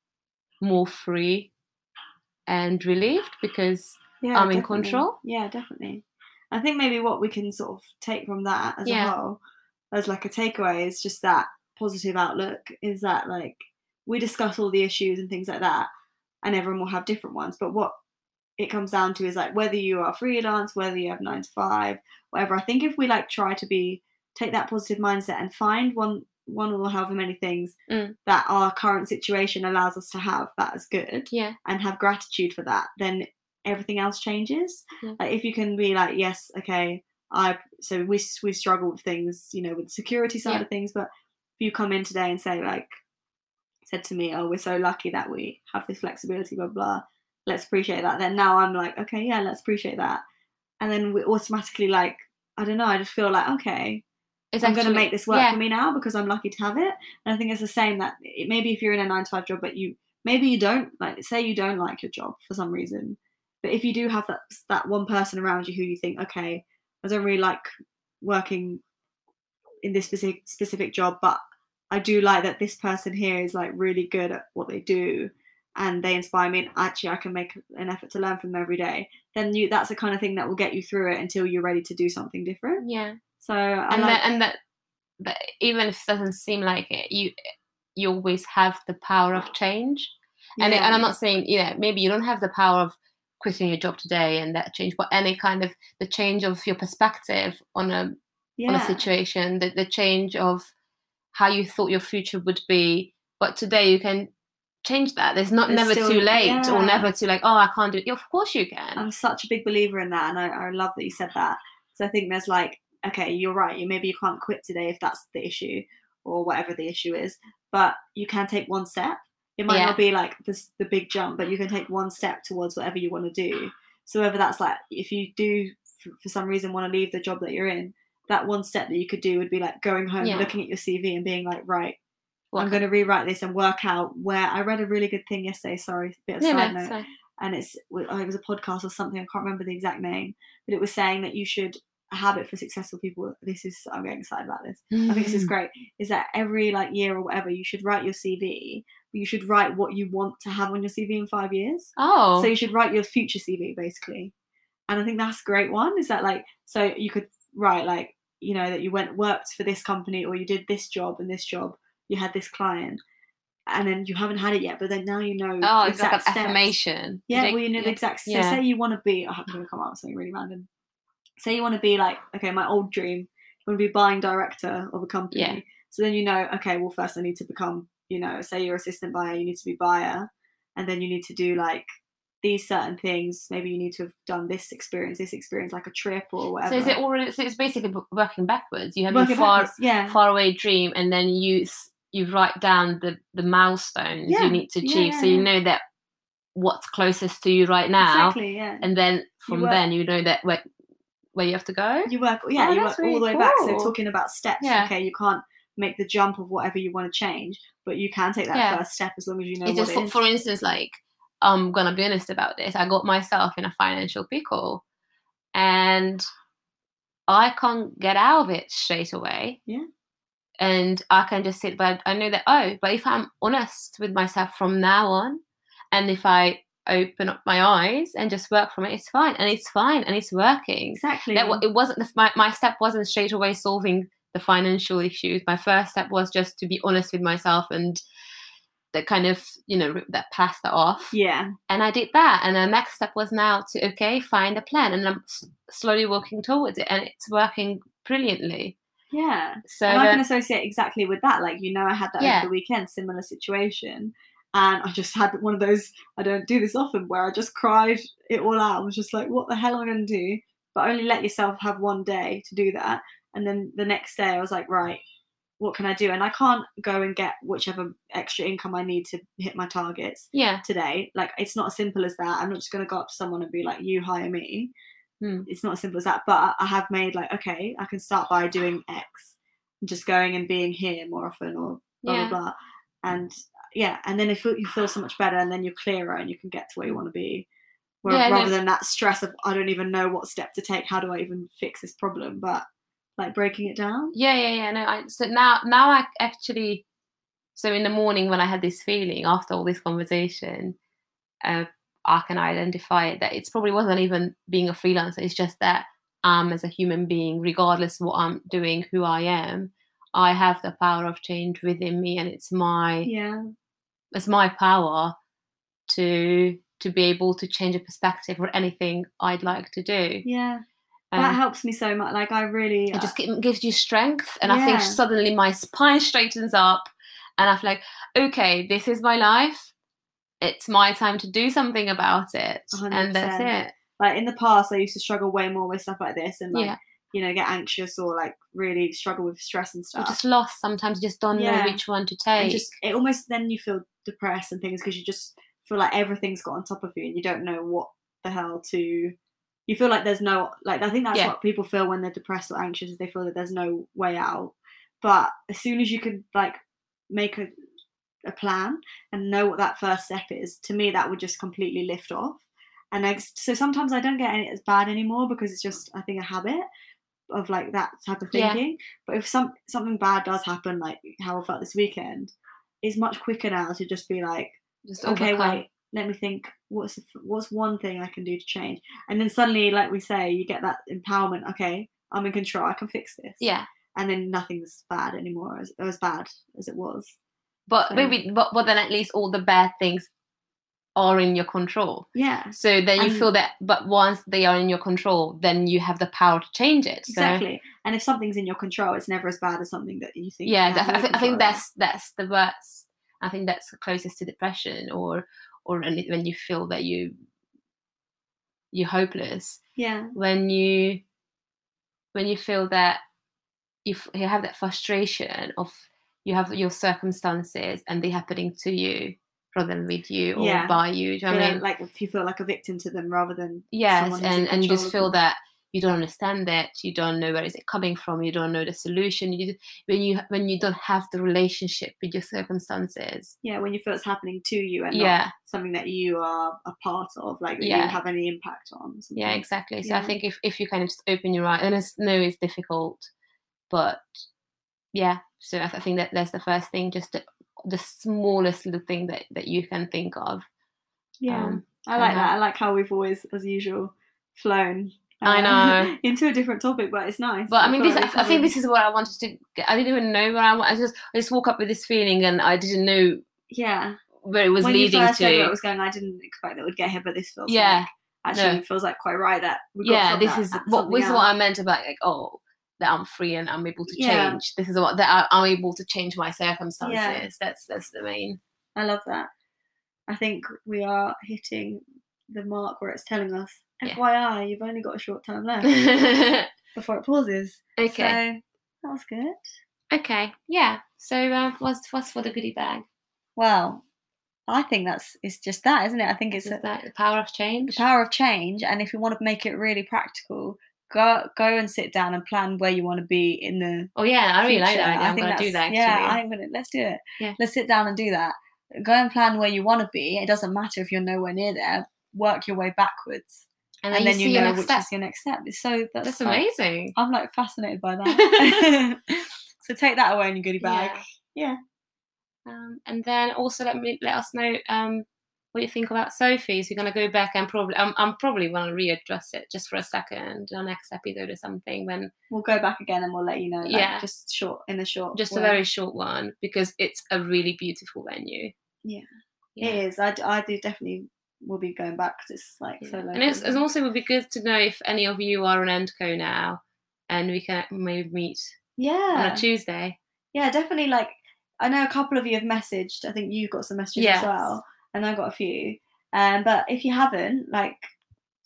Speaker 2: more free and relieved because
Speaker 1: Yeah.
Speaker 2: I'm in
Speaker 1: definitely.
Speaker 2: control.
Speaker 1: Yeah, definitely. I think maybe what we can sort of take from that as
Speaker 2: Yeah.
Speaker 1: a whole, as like a takeaway, is just that positive outlook. Is that like we discuss all the issues and things like that, and everyone will have different ones. But what it comes down to is like whether you are freelance, whether you have nine to five, whatever. I think if we like try to be take that positive mindset and find one one or however many things
Speaker 2: Mm.
Speaker 1: that our current situation allows us to have that is good
Speaker 2: yeah,
Speaker 1: and have gratitude for that, then everything else changes.
Speaker 2: Yeah.
Speaker 1: Like if you can be like, yes, okay, I so we s- we struggle with things, you know, with the security side
Speaker 2: Yeah.
Speaker 1: of things, but if you come in today and say like, said to me, oh, we're so lucky that we have this flexibility, blah blah. Let's appreciate that. Then now I'm like, okay, yeah, let's appreciate that, and then we automatically like, I don't know, I just feel like okay,
Speaker 2: it's
Speaker 1: I'm going to
Speaker 2: actually-
Speaker 1: make this work
Speaker 2: yeah,
Speaker 1: for me now because I'm lucky to have it. And I think it's the same that it, maybe if you're in a nine to five job, but you maybe you don't like say you don't like your job for some reason, but if you do have that that one person around you who you think, okay, I don't really like working in this specific specific job, but I do like that this person here is like really good at what they do, and they inspire me. And actually, I can make an effort to learn from them every day. Then you that's the kind of thing that will get you through it until you're ready to do something different.
Speaker 2: yeah.
Speaker 1: So I
Speaker 2: and
Speaker 1: like,
Speaker 2: that and that, that even if it doesn't seem like it you you always have the power of change and, it,
Speaker 1: yeah.
Speaker 2: and i'm not saying you know maybe you don't have the power of quitting your job today and that change but any kind of the change of your perspective on a on a situation the, the change of how you thought your future would be but today you can change that there's not
Speaker 1: There's
Speaker 2: never
Speaker 1: still-
Speaker 2: too late or
Speaker 1: yeah.
Speaker 2: never too like oh i can't do it of course you can
Speaker 1: I'm such a big believer in that, and I, I love that you said that. So I think there's like, okay, you're right. You maybe you can't quit today if that's the issue, or whatever the issue is. But you can take one step. It might
Speaker 2: Yeah.
Speaker 1: not be like this the big jump, but you can take one step towards whatever you want to do. So whether that's like, if you do f- for some reason want to leave the job that you're in, that one step that you could do would be like going home,
Speaker 2: Yeah.
Speaker 1: looking at your CV, and being like, right,
Speaker 2: Well,
Speaker 1: I'm going to rewrite this and work out where I read a really good thing yesterday. Sorry, bit of
Speaker 2: no,
Speaker 1: side
Speaker 2: no,
Speaker 1: note
Speaker 2: it's fine.
Speaker 1: and it's w- oh, it was a podcast or something i can't remember the exact name but it was saying that you should a habit for successful people this is i'm getting excited about this i think this
Speaker 2: Mm-hmm.
Speaker 1: is great is that every like year or whatever you should write your cv but you should write what you want to have on your cv in five years
Speaker 2: oh
Speaker 1: so you should write your future cv basically and i think that's a great one is that like so you could write like you know that you went worked for this company or you did this job and this job you had this client and then you haven't had it yet but then now you know
Speaker 2: oh it's like an
Speaker 1: exact steps.
Speaker 2: affirmation
Speaker 1: Yeah,
Speaker 2: Like,
Speaker 1: well, you know the
Speaker 2: yeah.
Speaker 1: exact. So
Speaker 2: yeah.
Speaker 1: say you want to be. Oh, I'm going to come out with something really random. Say you want to be like, okay, my old dream. I want to be buying director of a company.
Speaker 2: Yeah.
Speaker 1: So then you know, okay, well, first I need to become, you know, say you're assistant buyer, you need to be buyer, and then you need to do like these certain things. Maybe you need to have done this experience, this experience, like a trip or whatever.
Speaker 2: So is it already? So it's basically b- working backwards. You have
Speaker 1: Work
Speaker 2: your
Speaker 1: it
Speaker 2: far
Speaker 1: backwards, yeah.
Speaker 2: far away dream, and then you s- you write down the the milestones
Speaker 1: Yeah,
Speaker 2: you need to
Speaker 1: yeah,
Speaker 2: achieve,
Speaker 1: yeah,
Speaker 2: so you
Speaker 1: yeah.
Speaker 2: know that what's closest to you right now,
Speaker 1: exactly, yeah.
Speaker 2: and then from
Speaker 1: work-
Speaker 2: then you know that where where you have to go.
Speaker 1: You work, yeah,
Speaker 2: Oh,
Speaker 1: you
Speaker 2: that's
Speaker 1: work
Speaker 2: really
Speaker 1: all the way back. So
Speaker 2: cool.
Speaker 1: talking about steps,
Speaker 2: Yeah.
Speaker 1: okay, you can't make the jump of whatever you want to change, but you can take that
Speaker 2: Yeah.
Speaker 1: first step as long as you know
Speaker 2: It's
Speaker 1: what
Speaker 2: just
Speaker 1: it
Speaker 2: for,
Speaker 1: is.
Speaker 2: for instance, like I'm gonna be honest about this. I got myself in a financial pickle, and I can't get out of it straight away.
Speaker 1: Yeah.
Speaker 2: And I can just sit, but I know that, oh, but if I'm honest with myself from now on, and if I open up my eyes and just work from it, it's fine. And it's fine. And it's working.
Speaker 1: Exactly.
Speaker 2: That wa- it wasn't, the, my, my step wasn't straight away solving the financial issues. My first step was just to be honest with myself and that kind of, you know, rip that plaster off
Speaker 1: yeah,
Speaker 2: and I did that. And the next step was now to okay, find a plan, and I'm s- slowly walking towards it, and it's working brilliantly.
Speaker 1: Yeah.
Speaker 2: So
Speaker 1: and I
Speaker 2: then-
Speaker 1: can associate exactly with that. Like, you know, I had that
Speaker 2: Yeah.
Speaker 1: over the weekend, similar situation. And I just had one of those, I don't do this often, where I just cried it all out. I was just like, what the hell am I going to do? But only let yourself have one day to do that. And then the next day, I was like, right, what can I do? And I can't go and get whichever extra income I need to hit my targets
Speaker 2: yeah,
Speaker 1: today. Like, it's not as simple as that. I'm not just going to go up to someone and be like, you hire me.
Speaker 2: Hmm.
Speaker 1: It's not as simple as that. But I have made, like, okay, I can start by doing X, and just going and being here more often or blah,
Speaker 2: yeah,
Speaker 1: blah, blah. And yeah, and then if you feel so much better and then you're clearer and you can get to where you want to be. Where,
Speaker 2: Yeah, and
Speaker 1: rather
Speaker 2: it's-
Speaker 1: than that stress of, I don't even know what step to take. How do I even fix this problem? But like breaking it down.
Speaker 2: yeah, yeah, yeah. No, I, so now, now I actually, so in the morning when I had this feeling after all this conversation, uh, I can identify it that it's probably wasn't even being a freelancer. It's just that um, as a human being, regardless of what I'm doing, who I am, I have the power of change within me, and it's my
Speaker 1: Yeah.
Speaker 2: it's my power to to be able to change a perspective or anything I'd like to do.
Speaker 1: Yeah. that
Speaker 2: Um,
Speaker 1: helps me so much. Like, I really.
Speaker 2: it just gi- gives you strength, and I think
Speaker 1: Yeah.
Speaker 2: suddenly my spine straightens up, and I feel like, okay, this is my life. It's my time to do something about it, and that's
Speaker 1: 100%.
Speaker 2: it.
Speaker 1: like in the past i used to struggle way more with stuff like this and like
Speaker 2: Yeah.
Speaker 1: you know get anxious or like really struggle with stress and
Speaker 2: You're
Speaker 1: stuff
Speaker 2: just lost sometimes. You just don't
Speaker 1: ah. Yeah.
Speaker 2: know which one to
Speaker 1: and
Speaker 2: take.
Speaker 1: just it almost then you feel depressed and things because you just feel like everything's got on top of you and you don't know what the hell to you feel like there's no like i think that's
Speaker 2: Yeah.
Speaker 1: what people feel when they're depressed or anxious is they feel that there's no way out but as soon as you can like make a, a plan and know what that first step is to me that would just completely lift off and I, so sometimes i don't get any, as bad anymore because it's just i think a habit of like that type of
Speaker 2: Yeah.
Speaker 1: thinking but if some something bad does happen like how i felt this weekend it's much quicker now to just be like
Speaker 2: Just
Speaker 1: okay
Speaker 2: overcome.
Speaker 1: wait let me think what's the f- what's one thing i can do to change and then suddenly like we say you get that empowerment okay i'm in control i can fix this
Speaker 2: Yeah,
Speaker 1: and then nothing's bad anymore as, as bad as it was
Speaker 2: but
Speaker 1: So-
Speaker 2: maybe, but, but then at least all the bad things are in your control.
Speaker 1: yeah
Speaker 2: So then you
Speaker 1: And-
Speaker 2: feel that, but once they are in your control, then you have the power to change it. So
Speaker 1: exactly and if something's in your control it's never as bad as something that you think you
Speaker 2: yeah,
Speaker 1: have
Speaker 2: that,
Speaker 1: no
Speaker 2: I, think, I
Speaker 1: control
Speaker 2: think
Speaker 1: over.
Speaker 2: that's that's the worst. I think that's the closest to depression, or or any- when you feel that you you're hopeless,
Speaker 1: yeah
Speaker 2: when you when you feel that you f- you have that frustration of you have your circumstances and they're happening to you rather than with you or
Speaker 1: Yeah.
Speaker 2: by you. Do you know what I
Speaker 1: Feeling
Speaker 2: mean?
Speaker 1: like if you feel like a victim to them rather than
Speaker 2: yes
Speaker 1: someone who's in
Speaker 2: and and you just
Speaker 1: control
Speaker 2: feel
Speaker 1: of them.
Speaker 2: that you don't understand it you don't know where is it coming from you don't know the solution you when you when you don't have the relationship with your circumstances
Speaker 1: yeah when you feel it's happening to you and not
Speaker 2: yeah
Speaker 1: something that you are a part of like that
Speaker 2: Yeah.
Speaker 1: you have any impact on something.
Speaker 2: yeah exactly so i
Speaker 1: Yeah.
Speaker 2: think if, if you kind of just open your eyes and it's no it's difficult but yeah so I, th- I think that that's the first thing just the, the smallest little thing that that you can think of
Speaker 1: yeah
Speaker 2: um,
Speaker 1: i like
Speaker 2: uh-huh.
Speaker 1: that i like how we've always as usual flown uh,
Speaker 2: I know.
Speaker 1: into a different topic but it's nice
Speaker 2: But I mean,
Speaker 1: feel
Speaker 2: this,
Speaker 1: like
Speaker 2: I,
Speaker 1: we've
Speaker 2: I think
Speaker 1: covered-
Speaker 2: this is what I wanted to. Get. I didn't even know where I. wa- I just, I just woke up with this feeling, and I didn't know
Speaker 1: yeah
Speaker 2: where it was
Speaker 1: when
Speaker 2: leading
Speaker 1: you first
Speaker 2: to.
Speaker 1: said where it was going i didn't expect that we'd get here but this feels
Speaker 2: Yeah,
Speaker 1: like, actually
Speaker 2: no.
Speaker 1: it feels like quite right that we got
Speaker 2: yeah
Speaker 1: from
Speaker 2: this
Speaker 1: that
Speaker 2: is
Speaker 1: at
Speaker 2: what
Speaker 1: something
Speaker 2: this is what
Speaker 1: else.
Speaker 2: i meant about like oh that i'm free and i'm able to
Speaker 1: Yeah.
Speaker 2: change this is what that I- i'm able to change my circumstances that's that's the main
Speaker 1: i love that i think we are hitting the mark where it's telling us
Speaker 2: Yeah.
Speaker 1: fyi you've only got a short time left
Speaker 2: okay
Speaker 1: before it pauses so, that was good
Speaker 2: okay yeah so uh, what's what's for the goodie bag
Speaker 1: Well, I think that's it's just that, isn't it? I think it's
Speaker 2: is
Speaker 1: a,
Speaker 2: that the power of
Speaker 1: the
Speaker 2: change
Speaker 1: power of change, and if you want to make it really practical, go go and sit down and plan where you want to be in the.
Speaker 2: oh yeah i really like
Speaker 1: future.
Speaker 2: that idea. i'm gonna do that
Speaker 1: that's-
Speaker 2: actually
Speaker 1: Yeah, I'm gonna let's do it.
Speaker 2: Yeah.
Speaker 1: let's sit down and do that. Go and plan where you want to be. It doesn't matter if you're nowhere near there. Work your way backwards,
Speaker 2: and
Speaker 1: and,
Speaker 2: then,
Speaker 1: then
Speaker 2: you,
Speaker 1: you,
Speaker 2: see your
Speaker 1: know
Speaker 2: next
Speaker 1: which
Speaker 2: step
Speaker 1: is your next step. It's so that's,
Speaker 2: that's
Speaker 1: like-
Speaker 2: amazing
Speaker 1: I'm like fascinated by that. so take that away in your goodie bag. Yeah.
Speaker 2: Um, and then also let me let us know um, what you think about Sophie's. We're going to go back and probably I'm, I'm probably going to readdress it just for a second in our next episode or something when
Speaker 1: We'll go back again and we'll let you know. like,
Speaker 2: Yeah.
Speaker 1: just short in a short.
Speaker 2: just a
Speaker 1: way.
Speaker 2: very short one because it's a really beautiful venue.
Speaker 1: Yeah.
Speaker 2: Yeah.
Speaker 1: It is. I, d- I do definitely will be going back 'cause it's like
Speaker 2: Yeah.
Speaker 1: so local.
Speaker 2: And it's, it's also would be good to know if any of you are on Endco now and we can maybe meet on
Speaker 1: Yeah.
Speaker 2: a Tuesday.
Speaker 1: yeah, definitely. Like, I know a couple of you have messaged. I think you got some messages
Speaker 2: Yes.
Speaker 1: as well, and I got a few. Um, but if you haven't, like,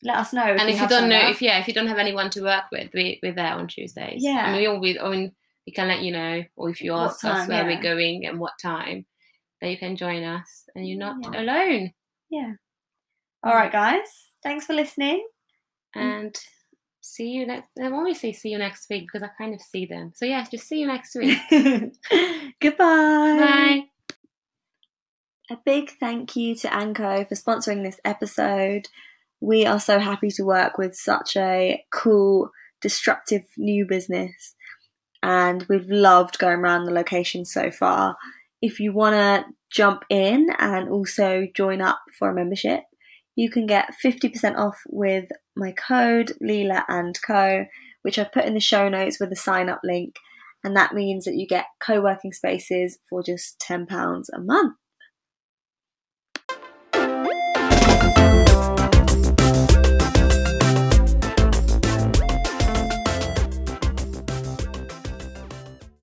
Speaker 1: let us know.
Speaker 2: and if you
Speaker 1: have
Speaker 2: don't
Speaker 1: signed
Speaker 2: know,
Speaker 1: up.
Speaker 2: if yeah, if you don't have anyone to work with, we we're there on Tuesdays. I
Speaker 1: Yeah.
Speaker 2: mean, we all we, I mean, we can let you know, or if you
Speaker 1: What
Speaker 2: ask us
Speaker 1: time,
Speaker 2: where
Speaker 1: yeah.
Speaker 2: we're going and what time, that you can join us, and you're not
Speaker 1: Yeah.
Speaker 2: alone.
Speaker 1: All right, guys. Thanks for listening. Mm.
Speaker 2: And see you next. I always say see you next week because I kind of see them. So yeah, just see you next week.
Speaker 1: Goodbye.
Speaker 2: Bye.
Speaker 1: A big thank you to Anko for sponsoring this episode. We are so happy to work with such a cool, disruptive new business, and we've loved going around the location so far. If you want to jump in and also join up for a membership, you can get 50% off with my code Leela and Co, which I've put in the show notes with a sign up link, and that means that you get co working spaces for just £10 a month.